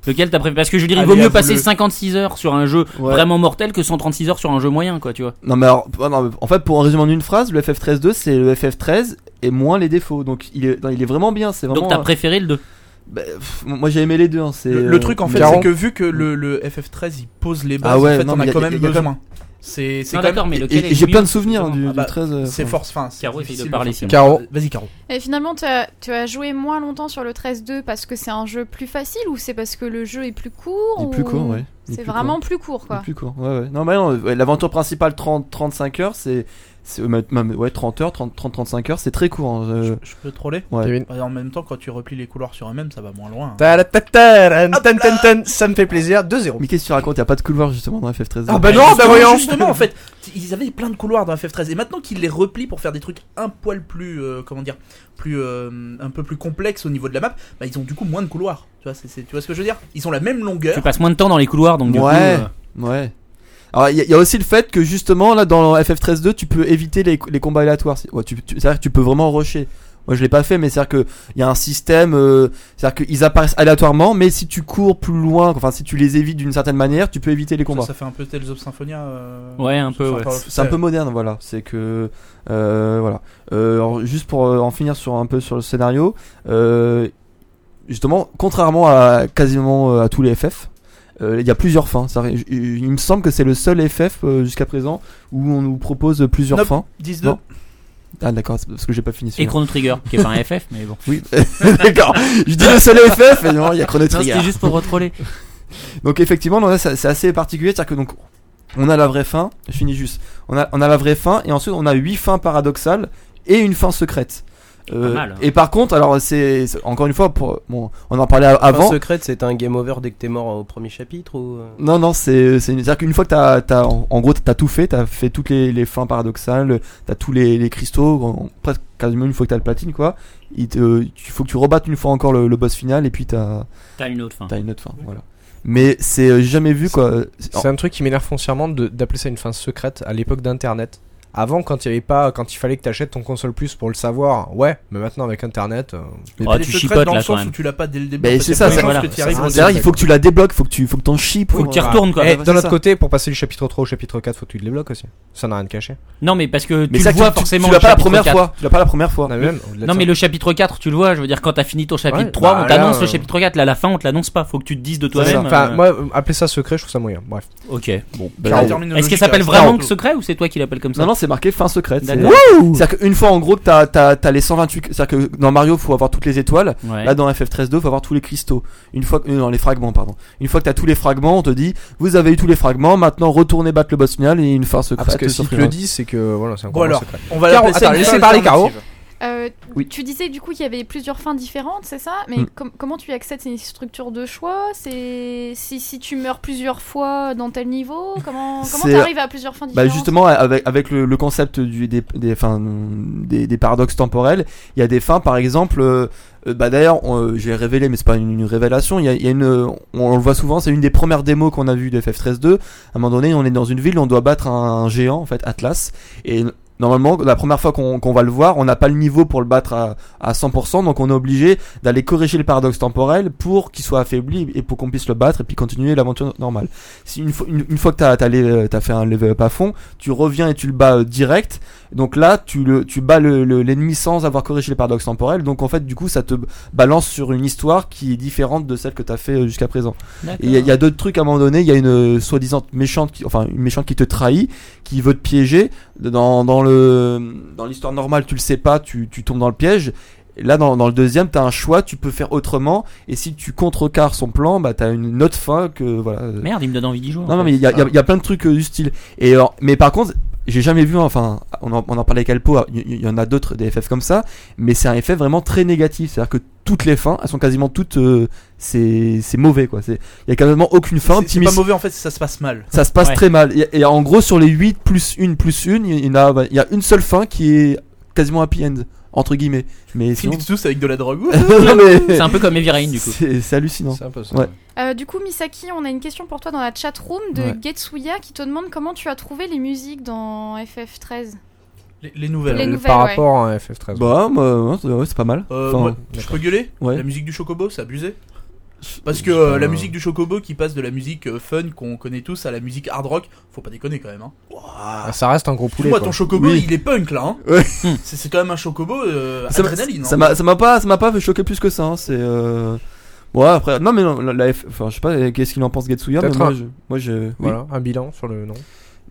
Speaker 2: Lequel t'as préféré Parce que je veux dire, il
Speaker 3: Allez,
Speaker 2: vaut mieux
Speaker 3: avoue-le.
Speaker 2: passer 56 heures sur un jeu
Speaker 6: Ouais.
Speaker 2: vraiment mortel que 136 heures sur un jeu moyen, quoi, tu vois.
Speaker 6: Non mais alors ah, non, mais en fait pour en résumer en une phrase, le FF13 2 c'est le FF13 et moins les défauts. Donc il est non, il est vraiment bien, c'est vraiment euh,
Speaker 2: Donc t'as préféré le 2.
Speaker 6: Bah, pff, moi j'ai aimé les deux hein, c'est
Speaker 3: Le, le
Speaker 6: euh,
Speaker 3: truc en fait,
Speaker 1: Garon.
Speaker 3: c'est que vu que le, le FF13 il pose les bases,
Speaker 6: Ah ouais,
Speaker 3: en fait,
Speaker 6: non,
Speaker 3: on
Speaker 6: mais
Speaker 3: a
Speaker 6: y a-
Speaker 3: quand
Speaker 6: y a-
Speaker 3: même
Speaker 6: y a quand
Speaker 3: besoin. C'est c'est
Speaker 2: Non,
Speaker 3: quand même.
Speaker 2: d'accord, mais
Speaker 6: et-
Speaker 2: lequel
Speaker 6: et
Speaker 2: est
Speaker 6: j'ai
Speaker 2: mieux,
Speaker 6: plein de souvenirs du,
Speaker 2: justement.
Speaker 6: du
Speaker 3: Ah bah,
Speaker 6: 13. euh,
Speaker 3: C'est
Speaker 6: enfin.
Speaker 3: fort. Enfin, c'est
Speaker 2: Caro essaye de
Speaker 3: difficile,
Speaker 2: parler,
Speaker 3: enfin.
Speaker 6: Euh,
Speaker 1: Caro.
Speaker 3: Vas-y, Caro.
Speaker 4: Et finalement, tu as, tu as joué moins longtemps sur le 13-2 parce que c'est un jeu plus facile ou c'est parce que le jeu est plus court
Speaker 6: Il est plus
Speaker 4: ou-
Speaker 6: court, ouais. Il est
Speaker 4: C'est
Speaker 6: plus
Speaker 4: vraiment
Speaker 6: court.
Speaker 4: plus court,
Speaker 6: Il est
Speaker 4: quoi.
Speaker 6: plus court. Ouais, ouais. Non mais non, ouais, l'aventure principale 30 35 heures, c'est c'est euh, même ouais 30 heures, 30 30 35 heures, c'est très court. hein, euh,
Speaker 3: Je, je peux troller
Speaker 6: ouais.
Speaker 1: Kevin.
Speaker 3: Bah, En même temps, quand tu replies les couloirs sur eux-mêmes, ça va moins loin. hein.
Speaker 1: Ta-la-ta-ta-ran, tan, tan, tan, Ça me fait plaisir. 2-0.
Speaker 6: Mais qu'est-ce que tu racontes Il y a pas de couloir justement dans FF13.
Speaker 1: Ah bah non, bah
Speaker 3: Justement,
Speaker 1: voyons.
Speaker 3: Justement, en fait, ils avaient plein de couloirs dans FF13 et maintenant qu'ils les replient pour faire des trucs un poil plus, euh, comment dire, plus euh, un peu plus complexes au niveau de la map, bah ils ont du coup moins de couloirs. Tu vois, c'est- c'est- tu vois ce que je veux dire Ils ont la même longueur.
Speaker 2: Tu passes moins de temps dans les couloirs, donc du coup,
Speaker 6: Ouais,
Speaker 2: euh,
Speaker 6: ouais. Alors il y, a- il y a aussi le fait que justement là dans FF13 2 tu peux éviter les, les combats aléatoires. C'est- Ouais, tu, tu, c'est-à-dire que tu peux vraiment rusher. Moi, je l'ai pas fait, mais c'est-à-dire que il y a un système, euh, c'est-à-dire qu'ils apparaissent aléatoirement, mais si tu cours plus loin, enfin si tu les évites d'une certaine manière, tu peux éviter
Speaker 3: Ça,
Speaker 6: les combats.
Speaker 3: ça fait un peu Tales of Symphonia. euh,
Speaker 2: Ouais, un peu,
Speaker 3: enfin,
Speaker 2: ouais.
Speaker 3: par-
Speaker 6: C'est un peu moderne, voilà. C'est que euh, voilà. Euh, alors, juste pour euh, en finir sur un peu sur le scénario, euh, justement, contrairement à quasiment euh, à tous les FF, euh, il y a plusieurs fins. Ça, il- il me semble que c'est le seul FF euh, jusqu'à présent où on nous propose plusieurs
Speaker 3: Nope.
Speaker 6: fins.
Speaker 3: 10-2.
Speaker 6: Non. Ah d'accord, c'est parce que j'ai pas fini.
Speaker 2: Et
Speaker 6: celui-là.
Speaker 2: Chrono Trigger, qui est pas un FF, mais bon.
Speaker 6: Oui, d'accord. Je dis le seul FF, et non, il y a Chrono
Speaker 2: Non,
Speaker 6: Trigger.
Speaker 2: c'était juste pour retroller.
Speaker 6: Donc effectivement, non, là, ça- c'est assez particulier, c'est-à-dire que donc on a la vraie fin, je finis juste. On a, on a la vraie fin et ensuite on a huit fins paradoxales et une fin secrète. Euh,
Speaker 2: mal, hein.
Speaker 6: Et par contre, alors c'est c'est- encore une fois, pour, bon, on en parlait a-
Speaker 7: Avant
Speaker 6: avant.
Speaker 7: secrète, c'est un game over dès que t'es mort au premier chapitre ou euh,
Speaker 6: Non, non, c'est c'est une- c'est-à-dire qu'une fois que t'as t'as- en, en gros t'as tout fait, t'as fait toutes les, les fins paradoxales, t'as tous les, les cristaux, en- presque quasiment une fois que t'as le platine quoi. Il te, tu- faut que tu rebattes une fois encore le, le boss final et puis t'as
Speaker 2: T'as une autre fin.
Speaker 6: t'as une autre fin. Voilà. Mais c'est euh, jamais vu quoi.
Speaker 1: C'est un truc qui m'énerve foncièrement de- d'appeler ça une fin secrète à l'époque d'internet. Avant quand il y avait pas quand il fallait que t'achètes ton console plus pour le savoir. Ouais, mais maintenant avec internet euh,
Speaker 2: Oh,
Speaker 3: Les
Speaker 2: tu
Speaker 3: secrets
Speaker 2: chipotes
Speaker 3: dans le
Speaker 2: là quand
Speaker 3: sens où
Speaker 2: même.
Speaker 3: tu l'as pas dès le début.
Speaker 6: Ben,
Speaker 3: parce
Speaker 6: c'est
Speaker 3: qu'il y a
Speaker 6: ça,
Speaker 3: pas de
Speaker 2: c'est-
Speaker 3: chance
Speaker 2: voilà,
Speaker 3: que tu y
Speaker 2: ça,
Speaker 3: arrives
Speaker 1: ça,
Speaker 3: au
Speaker 1: c'est-
Speaker 6: C'est-à-dire,
Speaker 3: début.
Speaker 6: il faut que tu la débloques, faut que tu, faut que t'en chies pour.
Speaker 2: Faut que tu y
Speaker 6: Voilà.
Speaker 2: retournes, quoi.
Speaker 1: Eh,
Speaker 6: ouais, bah,
Speaker 1: d'un
Speaker 6: c'est
Speaker 1: autre
Speaker 6: ça.
Speaker 1: côté, pour passer du chapitre 3 au chapitre 4, faut que tu le débloques aussi. Ça n'a rien de caché.
Speaker 2: Non, mais parce que
Speaker 6: Mais
Speaker 2: tu
Speaker 6: ça,
Speaker 2: le vois forcément.
Speaker 6: Tu l'as
Speaker 2: le
Speaker 6: pas la
Speaker 2: chapitre
Speaker 6: première
Speaker 2: 4.
Speaker 6: fois. Tu l'as pas la première fois.
Speaker 1: On a même, au-delà de
Speaker 2: Non,
Speaker 1: ça.
Speaker 2: mais le chapitre 4, tu le vois, je veux dire, quand t'as fini ton chapitre
Speaker 1: Ouais,
Speaker 2: 3,
Speaker 1: bah
Speaker 2: on t'annonce
Speaker 1: là,
Speaker 2: le
Speaker 1: euh,
Speaker 2: chapitre 4, là, la fin, on te l'annonce pas, faut que tu te dises de
Speaker 1: Ouais,
Speaker 2: toi-même.
Speaker 1: Enfin,
Speaker 2: euh,
Speaker 1: moi, euh, appeler ça secret, je trouve ça moyen. Bref.
Speaker 2: Ok, bon.
Speaker 6: Ben,
Speaker 3: La
Speaker 6: non.
Speaker 3: terminologie,
Speaker 2: Est-ce qu'il s'appelle
Speaker 3: ça,
Speaker 2: vraiment
Speaker 3: tout.
Speaker 2: secret ou c'est toi qui l'appelles comme ça
Speaker 6: non, non, c'est marqué fin secrète. C'est-
Speaker 2: D'accord.
Speaker 6: C'est-à-dire qu'une fois en gros que t'as, t'as, t'as les 128. C'est-à-dire que dans Mario, faut avoir toutes les étoiles.
Speaker 2: Ouais.
Speaker 6: Là, dans FF13-2, faut avoir tous les cristaux. Une fois que. euh, Non, les fragments, pardon. Une fois que t'as tous les fragments, on te dit, vous avez eu tous les fragments, maintenant retournez battre le boss final et une fin secrète. euh,
Speaker 1: parce que si tu
Speaker 6: s'offrira.
Speaker 1: le dis, c'est que voilà, c'est
Speaker 3: Bon,
Speaker 1: encore
Speaker 3: alors,
Speaker 1: secret.
Speaker 3: on va
Speaker 1: Caro,
Speaker 3: l'appeler ça
Speaker 1: attends,
Speaker 3: une
Speaker 1: laissez
Speaker 3: fin
Speaker 1: parler Caro.
Speaker 3: alternative.
Speaker 4: Euh,
Speaker 6: Oui.
Speaker 4: Tu disais du coup qu'il y avait plusieurs fins différentes, c'est ça Mais
Speaker 6: Mm.
Speaker 4: com- comment tu accèdes C'est une structure de choix C'est si, si tu meurs plusieurs fois dans tel niveau Comment comment
Speaker 6: C'est-
Speaker 4: t'arrives à plusieurs fins
Speaker 6: Bah
Speaker 4: différentes
Speaker 6: justement avec, avec le, le concept du, des, des, enfin, des, des paradoxes temporels, il y a des fins par exemple, euh, euh, bah d'ailleurs on, euh, je vais révéler mais c'est pas une, une révélation, il y a, il y a une, euh, on, on le voit souvent, c'est une des premières démos qu'on a vu de FF13.2, à un moment donné on est dans une ville, on doit battre un, un géant en fait, Atlas, et normalement la première fois qu'on qu'on va le voir, on n'a pas le niveau pour le battre à, à 100%, donc on est obligé d'aller corriger le paradoxe temporel pour qu'il soit affaibli et pour qu'on puisse le battre et puis continuer l'aventure normale. Si une, fois- une, une fois que t'as as, fait un level up à fond, tu reviens et tu le bats euh, direct. Donc là, tu le tu bats le- le- l'ennemi sans avoir corrigé les paradoxes temporels. Donc en fait, du coup, ça te balance sur une histoire qui est différente de celle que t'as fait euh, jusqu'à présent.
Speaker 2: D'accord.
Speaker 6: Et il y a- il y a, d'autres trucs à un moment donné. Il y a une euh, soi-disant méchante, qui, enfin une méchante qui te trahit, qui veut te piéger. Dans, dans le dans l'histoire normale, tu le sais pas, tu, tu tombes dans le piège. Et Là, dans, dans le deuxième, t'as un choix, tu peux faire autrement. Et si tu contrecarres son plan, bah t'as une autre fin que voilà. euh,
Speaker 2: Merde, il me donne envie d'y jouer. en
Speaker 6: non, non,
Speaker 2: fait.
Speaker 6: mais il y, a- il y a- il y a plein de trucs euh, du style. Et alors- mais par contre, j'ai jamais vu, enfin, on en, on en parlait avec Alpo, il y- il y, en a d'autres des FF comme ça, mais c'est un effet vraiment très négatif. C'est-à-dire que toutes les fins, elles sont quasiment toutes. euh, c'est c'est mauvais, quoi. C'est- Il y a quasiment aucune
Speaker 3: C'est-
Speaker 6: fin.
Speaker 3: C'est pas
Speaker 6: optimiste.
Speaker 3: mauvais en fait, ça se passe mal.
Speaker 6: Ça se passe
Speaker 2: Ouais.
Speaker 6: très mal. Et, et en gros, sur les 8 plus 1 plus 1, il y, en a, il y a une seule fin qui est quasiment happy end, entre guillemets. Mais sinon.
Speaker 3: Finit tous avec de la drogue. Ouh.
Speaker 6: Non, mais-
Speaker 2: C'est un peu comme Heavy Rain du coup.
Speaker 6: C'est c'est hallucinant.
Speaker 1: C'est un peu ça.
Speaker 6: Ouais.
Speaker 4: Euh, du coup, Misaki, on a une question pour toi dans la chat room de
Speaker 6: Ouais.
Speaker 4: Getsuya qui te demande comment tu as trouvé les musiques dans FF13.
Speaker 3: Les, les nouvelles.
Speaker 4: Les
Speaker 1: Euh,
Speaker 4: nouvelles,
Speaker 1: Par
Speaker 4: ouais.
Speaker 1: rapport à FF13.
Speaker 6: Bah, moi, ouais, c'est pas mal.
Speaker 3: Euh,
Speaker 6: Enfin,
Speaker 3: moi, je peux gueuler
Speaker 6: ouais.
Speaker 3: La musique du Chocobo, c'est abusé. Parce que euh, la musique du Chocobo qui passe de la musique euh, fun qu'on connaît tous à la musique hard rock, faut pas déconner quand même. Hein.
Speaker 1: Ah, ça reste un gros poulet.
Speaker 3: Moi,
Speaker 1: quoi.
Speaker 3: ton Chocobo,
Speaker 6: Oui.
Speaker 3: il est punk là. Hein.
Speaker 6: Ouais.
Speaker 3: C'est c'est quand même un Chocobo euh,
Speaker 6: ça m'a-
Speaker 3: adrénaline.
Speaker 6: ça
Speaker 3: hein.
Speaker 6: m'a ça m'a pas ça m'a pas choqué plus que ça hein, c'est euh... ouais après non mais non, la, la F- enfin je sais pas euh, qu'est-ce qu'il en pense Getsuya mais
Speaker 1: Peut-être
Speaker 6: moi
Speaker 1: un-
Speaker 6: je, moi je oui.
Speaker 1: Voilà, un bilan sur le nom.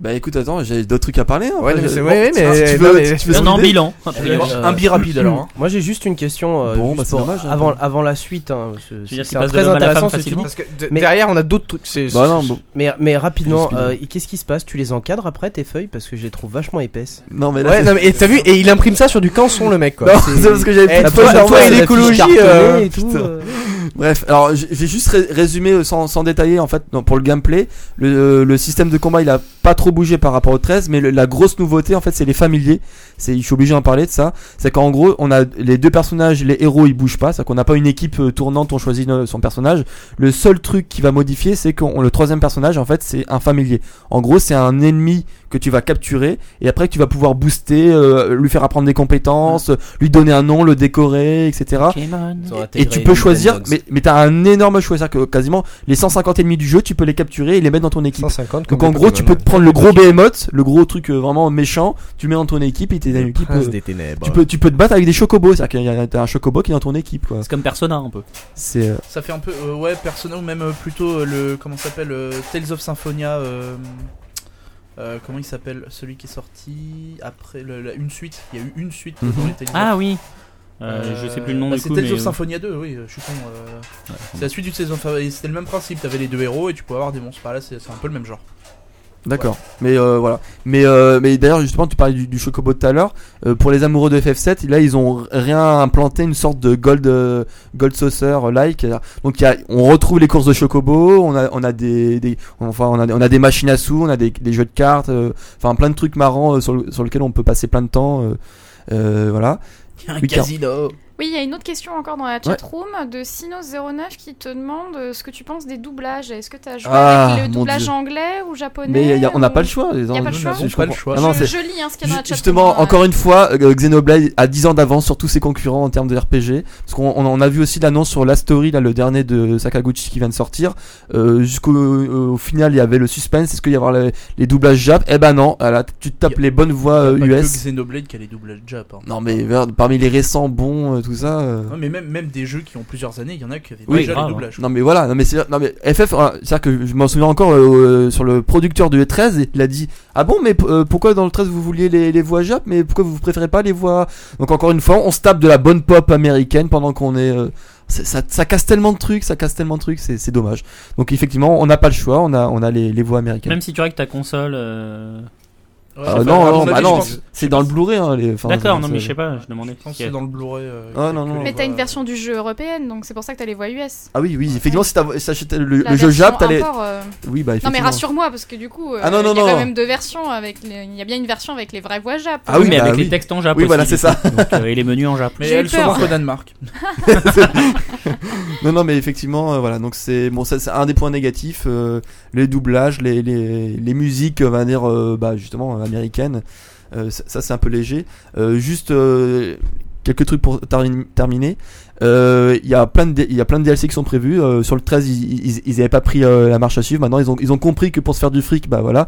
Speaker 6: bah écoute attends j'ai d'autres trucs à parler hein,
Speaker 1: Ouais,
Speaker 6: après,
Speaker 1: mais
Speaker 6: je-
Speaker 1: c'est-
Speaker 6: bon,
Speaker 1: ouais,
Speaker 6: tiens,
Speaker 1: mais- euh,
Speaker 6: si tu
Speaker 1: non,
Speaker 6: veux,
Speaker 1: mais-
Speaker 6: si tu veux
Speaker 2: Non, en
Speaker 6: idée.
Speaker 2: bilan.
Speaker 3: Allez,
Speaker 2: Tu
Speaker 3: Un bi rapide alors. hein.
Speaker 7: Moi j'ai juste une question euh,
Speaker 6: Bon,
Speaker 7: juste
Speaker 6: bah, c'est
Speaker 7: pour-
Speaker 6: dommage, hein.
Speaker 7: avant avant la suite hein, parce que
Speaker 2: veux dire
Speaker 7: c'est
Speaker 2: qu'il passe de
Speaker 7: très
Speaker 2: l'homme à la
Speaker 7: intéressant
Speaker 2: femme
Speaker 7: ce que tu
Speaker 2: facilement
Speaker 1: Parce
Speaker 7: dis.
Speaker 1: que de-
Speaker 7: Mais-
Speaker 1: derrière, on a d'autres trucs. C'est
Speaker 6: bah non bon.
Speaker 7: mais mais rapidement
Speaker 6: Speed.
Speaker 7: euh, et qu'est-ce qui se passe Tu les encadres après tes feuilles parce que je les trouve vachement épaisses.
Speaker 6: non mais là
Speaker 1: Ouais,
Speaker 6: c'est-
Speaker 1: non, mais et t'as vu, et il imprime ça sur du canson, le mec, quoi.
Speaker 6: Non, c'est parce que j'avais
Speaker 1: Eh,
Speaker 6: plus de
Speaker 1: toi,
Speaker 6: feuilles,
Speaker 1: toi,
Speaker 6: alors,
Speaker 1: et
Speaker 6: la fiche
Speaker 1: l'écologie,
Speaker 6: cartonnée.
Speaker 1: euh,
Speaker 7: Et tout,
Speaker 6: putain.
Speaker 7: euh,
Speaker 6: Bref, alors j'ai j'ai juste ré- résumé euh, sans, sans détailler en fait dans- pour le gameplay. Le, le euh, système de combat il a pas trop bougé par rapport au 13, mais le- la grosse nouveauté en fait c'est les familiers. C'est, je suis obligé d'en parler de ça. C'est qu'en gros on a les deux personnages, les héros ils bougent pas, c'est qu'on n'a pas une équipe euh, tournante, on choisit no- son personnage. Le seul truc qui va modifier c'est qu'on le troisième personnage en fait c'est un familier. En gros c'est un ennemi que tu vas capturer et après que tu vas pouvoir booster, euh, lui faire apprendre des compétences, euh, lui donner un nom, le décorer, etc.
Speaker 2: Pokémon.
Speaker 6: Et tu peux choisir, mais, mais t'as un énorme choix, c'est-à-dire que quasiment les 150 ennemis du jeu, tu peux les capturer et les mettre dans ton équipe.
Speaker 1: 150
Speaker 6: Donc
Speaker 1: comme
Speaker 6: en
Speaker 1: les
Speaker 6: gros, tu
Speaker 1: Pokémon,
Speaker 6: peux te prendre le gros behemoth, le gros truc euh, vraiment méchant, tu le mets dans ton équipe et t'es dans une équipe.
Speaker 1: Prince
Speaker 6: euh,
Speaker 1: des ténèbres.
Speaker 6: Tu peux, tu peux te battre avec des chocobos, c'est-à-dire qu'il y a t'as un chocobo qui est dans ton équipe, quoi.
Speaker 2: C'est comme Persona un peu.
Speaker 6: C'est, euh,
Speaker 3: Ça fait un peu, euh, ouais, Persona ou même euh, plutôt euh, le, comment ça s'appelle, euh, Tales of Symphonia. euh, euh, comment il s'appelle celui qui est sorti après le- la- une suite Il y a eu une suite
Speaker 6: Mhm.
Speaker 3: dans les Tales of-
Speaker 2: Ah oui. Euh,
Speaker 3: Euh,
Speaker 2: je sais plus le nom
Speaker 3: bah,
Speaker 2: du
Speaker 3: c'est
Speaker 2: coup.
Speaker 3: Tales
Speaker 2: mais-
Speaker 3: of Symphonia 2, oui, je suis con. euh, C'est la suite du Tales of Symphonia. C'était le même principe, t'avais les deux héros et tu pouvais avoir des monstres. Par là, c'est c'est un peu le même genre.
Speaker 6: d'accord. Mais euh, voilà. Mais, euh, mais d'ailleurs, justement, tu parlais du, du chocobo tout à l'heure. Euh, pour les amoureux de FF7, là, ils ont rien implanté, une sorte de gold, euh, gold saucer-like. Donc il y a- on retrouve les courses de chocobo, on a, on a des, des- enfin on a, on a des machines à sous, on a des, des jeux de cartes, euh, enfin plein de trucs marrants euh, sur, le- sur lesquels on peut passer plein de temps. euh, euh, voilà.
Speaker 3: Un
Speaker 6: Oui, car-
Speaker 3: casino
Speaker 4: Oui, il y a une autre question encore dans la
Speaker 6: Ouais.
Speaker 4: chatroom de Sino09 qui te demande euh, ce que tu penses des doublages. Est-ce que tu as joué
Speaker 6: Ah,
Speaker 4: avec le
Speaker 6: mon
Speaker 4: doublage
Speaker 6: Dieu.
Speaker 4: anglais ou japonais
Speaker 6: Mais il y a- on n'a
Speaker 4: ou-
Speaker 6: pas le choix. les
Speaker 4: a
Speaker 6: gens-
Speaker 4: pas le
Speaker 6: je
Speaker 4: choix.
Speaker 6: comprends.
Speaker 3: On a pas le choix.
Speaker 6: Ah non,
Speaker 4: je,
Speaker 6: c'est-
Speaker 4: je lis hein, ce qu'il y a dans la chatroom.
Speaker 6: Justement,
Speaker 4: hein.
Speaker 6: encore une fois, euh, Xenoblade a 10 ans d'avance sur tous ses concurrents en termes de RPG. Parce qu'on on en a vu aussi l'annonce sur Last Story, là, le dernier de Sakaguchi qui vient de sortir. Euh, Jusqu'au euh, au final, il y avait le suspense. Est-ce qu'il y avoir les, les doublages Jap Eh ben non, ah là, tu te tapes les bonnes voix euh,
Speaker 3: Pas que
Speaker 6: US.
Speaker 3: Xenoblade qui a les doubles Jap. hein.
Speaker 6: Non mais merde, parmi les récents bons, euh, tout ça. euh,
Speaker 3: Non, mais même, même des jeux qui ont plusieurs années, il y en a qui avaient
Speaker 2: Oui,
Speaker 3: déjà
Speaker 6: hein.
Speaker 2: grave,
Speaker 3: les doublages.
Speaker 6: Non mais voilà, non mais c'est non mais FF voilà, c'est-à-dire que je m'en souviens encore euh, euh, sur le producteur de 13, il a dit "Ah bon mais euh, pourquoi dans le 13 vous vouliez les, les voix jap mais pourquoi vous préférez pas les voix Donc encore une fois, on se tape de la bonne pop américaine pendant qu'on est euh, c'est- ça, ça casse tellement de trucs, ça casse tellement de trucs, c'est c'est dommage. Donc effectivement, on n'a pas le choix, on a on a les, les voix américaines.
Speaker 2: Même si tu règles ta console. euh,
Speaker 3: Ouais,
Speaker 6: Ah,
Speaker 3: enfin,
Speaker 6: non,
Speaker 3: à
Speaker 6: non,
Speaker 3: mon
Speaker 6: bah
Speaker 3: avis,
Speaker 6: non,
Speaker 3: je pense-
Speaker 6: c'est dans le Blu-ray hein, les enfin,
Speaker 2: D'accord,
Speaker 6: c'est-
Speaker 2: non mais je
Speaker 6: c'est-
Speaker 2: sais pas, je demandais.
Speaker 3: Je pense
Speaker 2: si-
Speaker 3: que c'est dans le Blu-ray. euh,
Speaker 6: Ah,
Speaker 3: que-
Speaker 6: non,
Speaker 3: que
Speaker 6: non.
Speaker 3: les
Speaker 4: Mais t'as une
Speaker 3: voix-
Speaker 4: version du jeu européenne, donc c'est pour ça que t'as les voix US.
Speaker 6: Ah oui oui, effectivement si t'as- si t'achetais le,
Speaker 4: La
Speaker 6: le jeu
Speaker 4: version
Speaker 6: jap, t'allais
Speaker 4: import, euh,
Speaker 6: Oui bah
Speaker 4: Non mais
Speaker 6: effectivement.
Speaker 4: rassure-moi parce que du coup, euh,
Speaker 6: Ah non, non,
Speaker 4: il y a
Speaker 6: non.
Speaker 4: quand même deux versions. Avec les- Il y a bien une version avec les vraies voix jap.
Speaker 6: Ah oui,
Speaker 2: mais
Speaker 6: bah
Speaker 2: avec
Speaker 6: oui.
Speaker 2: les textes en japonais.
Speaker 6: Oui, voilà, c'est ça.
Speaker 2: euh, et les menus en japonais.
Speaker 3: Mais
Speaker 4: J'ai eu
Speaker 3: elles sont
Speaker 4: peur.
Speaker 3: au Danemark.
Speaker 6: Non, non, mais effectivement, euh, voilà. Donc c'est bon, ça, c'est un des points négatifs, euh, les doublages, les, les, les musiques, euh, on va dire, euh, bah justement euh, américaines. Euh, ça, ça, c'est un peu léger. Euh, juste euh, quelques trucs pour tarni- terminer. Euh, Il y a plein de D- il y a plein de DLC qui sont prévus. Euh, sur le 13, ils, ils, ils avaient pas pris euh, la marche à suivre. Maintenant, ils ont ils ont compris que pour se faire du fric, bah voilà,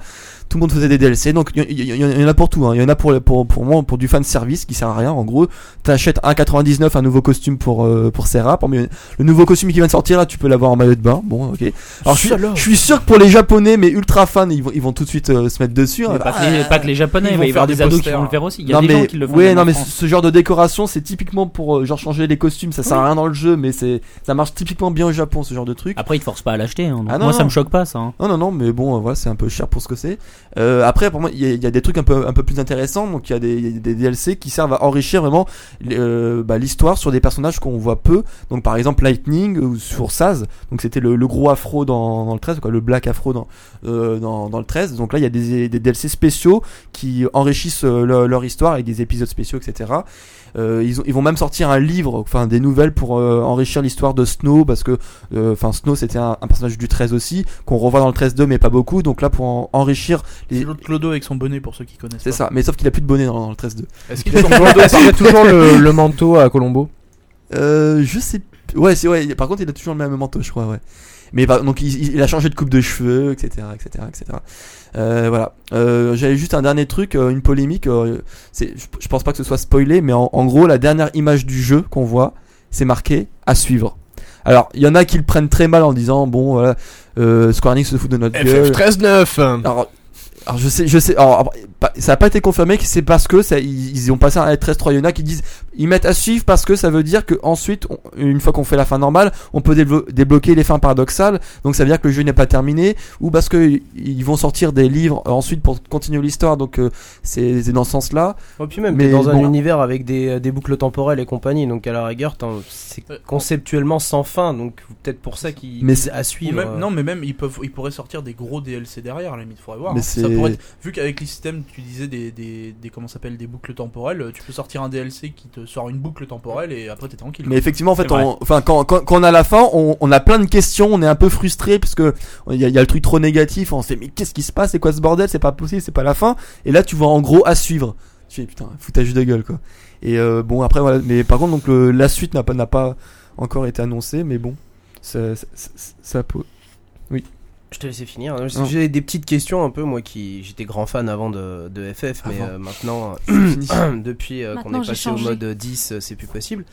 Speaker 6: tout le monde faisait des DLC. Donc il y, il y- il y en a pour tout. hein. Il y en a pour pour pour moi pour du fan service qui sert à rien. En gros, t'achètes 1,99 un nouveau costume pour euh, pour Serra. Parmi le nouveau costume qui vient de sortir là, tu peux l'avoir en maillot de bain. Bon, ok. Alors je suis, je suis sûr que pour les Japonais, mais ultra fans, ils vont, ils vont tout de suite euh, se mettre dessus. hein.
Speaker 2: Mais pas, que les, pas que les japonais,
Speaker 3: Ils
Speaker 2: il
Speaker 3: vont
Speaker 2: va y avoir
Speaker 3: faire des
Speaker 2: des ados qui
Speaker 3: posters.
Speaker 2: vont le faire aussi. Il y a
Speaker 6: non
Speaker 2: des
Speaker 6: mais
Speaker 2: gens qui le font.
Speaker 6: ouais,
Speaker 2: même
Speaker 6: non
Speaker 2: en
Speaker 6: mais
Speaker 2: France.
Speaker 6: ce genre de décoration, c'est typiquement pour euh, genre changer les costumes. Ça sert à rien dans le jeu, mais c'est ça marche typiquement bien au Japon ce genre de truc.
Speaker 2: Après, ils te forcent pas à l'acheter. hein, donc
Speaker 6: Ah non,
Speaker 2: moi, ça
Speaker 6: non.
Speaker 2: me choque pas ça. hein.
Speaker 6: Non, non, non, mais bon, euh, voilà, c'est un peu cher pour ce que c'est. Euh, après, pour moi, il y, a- il y a des trucs un peu, un peu plus intéressants. Donc, il y a des, des DLC qui servent à enrichir vraiment euh, bah, l'histoire sur des personnages qu'on voit peu. Donc, par exemple, Lightning ou sur Saz. Donc, c'était le, le gros afro dans, dans le 13, quoi, le black afro dans, euh, dans, dans le 13. Donc, là, il y a des, des DLC spéciaux qui enrichissent euh, leur, leur histoire avec des épisodes spéciaux, etc. Euh, ils, ont- ils vont même sortir un livre, enfin des nouvelles pour euh, enrichir l'histoire de Snow parce que euh, enfin Snow c'était un, un personnage du 13 aussi qu'on revoit dans le 13 2 mais pas beaucoup donc là pour en- enrichir
Speaker 3: C'est
Speaker 6: les
Speaker 3: l'autre Clodo avec son bonnet pour ceux qui connaissent.
Speaker 6: c'est
Speaker 3: pas.
Speaker 6: ça mais sauf qu'il a plus de bonnet dans, dans le 13 2
Speaker 1: Est-ce qu'il y a toujours- est-ce qu'il y a toujours le, le manteau à Colombo
Speaker 6: euh, je sais p- ouais c'est ouais par contre il a toujours le même manteau je crois ouais mais par- donc il, il- il a changé de coupe de cheveux etc etc etc Euh, voilà Euh, j'avais juste un dernier truc euh, une polémique euh, c'est je, je pense pas que ce soit spoilé mais en, en gros la dernière image du jeu qu'on voit c'est marqué à suivre alors il y en a qui le prennent très mal en disant bon voilà, euh, Square Enix se fout de notre gueule
Speaker 1: FF139
Speaker 6: Alors, alors je sais, je sais. Alors, après, pas- ça n'a pas été confirmé que c'est parce que ça- ils, ils ont passé un L13 Troyona qui disent ils mettent à suivre parce que ça veut dire que ensuite on- une fois qu'on fait la fin normale on peut déblo- débloquer les fins paradoxales donc ça veut dire que le jeu n'est pas terminé ou parce que i- ils vont sortir des livres euh, ensuite pour continuer l'histoire donc euh, c'est c'est dans ce sens là
Speaker 7: Et puis même,
Speaker 6: Mais
Speaker 7: t'es dans un
Speaker 6: bon.
Speaker 7: univers avec des, des boucles temporelles et compagnie, donc à la rigueur, t'en- c'est
Speaker 3: Euh,
Speaker 7: conceptuellement sans fin, donc peut-être pour
Speaker 2: Euh,
Speaker 7: ça qu'ils
Speaker 6: Mais
Speaker 7: disent
Speaker 6: c'est-
Speaker 7: à
Speaker 3: Ou
Speaker 7: suivre.
Speaker 3: même-
Speaker 7: euh,
Speaker 3: non, mais même ils peuvent, ils pourraient sortir des gros DLC derrière, à la limite, faudrait voir.
Speaker 6: Mais
Speaker 3: hein. Ça
Speaker 6: c'est-
Speaker 3: pourrait être- vu qu'avec les systèmes, tu disais des, des, des comment ça s'appelle, des boucles temporelles, tu peux sortir un DLC qui te sort une boucle temporelle et après t'es tranquille.
Speaker 6: Mais effectivement, en fait,
Speaker 2: C'est vrai.
Speaker 6: on- enfin, quand, quand, quand on a la fin, on, on a plein de questions, on est un peu frustré parce que il y a, il y a le truc trop négatif, on se dit mais qu'est-ce qui se passe, c'est quoi ce bordel, c'est pas possible, c'est pas la fin. Et là, tu vois en gros à suivre. Tu dis putain, foutage de gueule quoi. Et euh, bon après voilà, mais par contre donc le- la suite n'a pas n'a pas encore été annoncée, mais bon, ça ça, ça, ça peut-
Speaker 7: Je te laissais finir. Parce que
Speaker 6: Non.
Speaker 7: J'ai des petites questions un peu, moi qui j'étais grand fan avant de, de FF,
Speaker 1: Ah
Speaker 7: mais
Speaker 6: Avant.
Speaker 7: euh, maintenant,
Speaker 6: Fini.
Speaker 7: depuis euh, qu'on
Speaker 4: Maintenant,
Speaker 7: est
Speaker 4: j'ai
Speaker 7: passé
Speaker 4: changé.
Speaker 7: au mode 10, euh, c'est plus possible.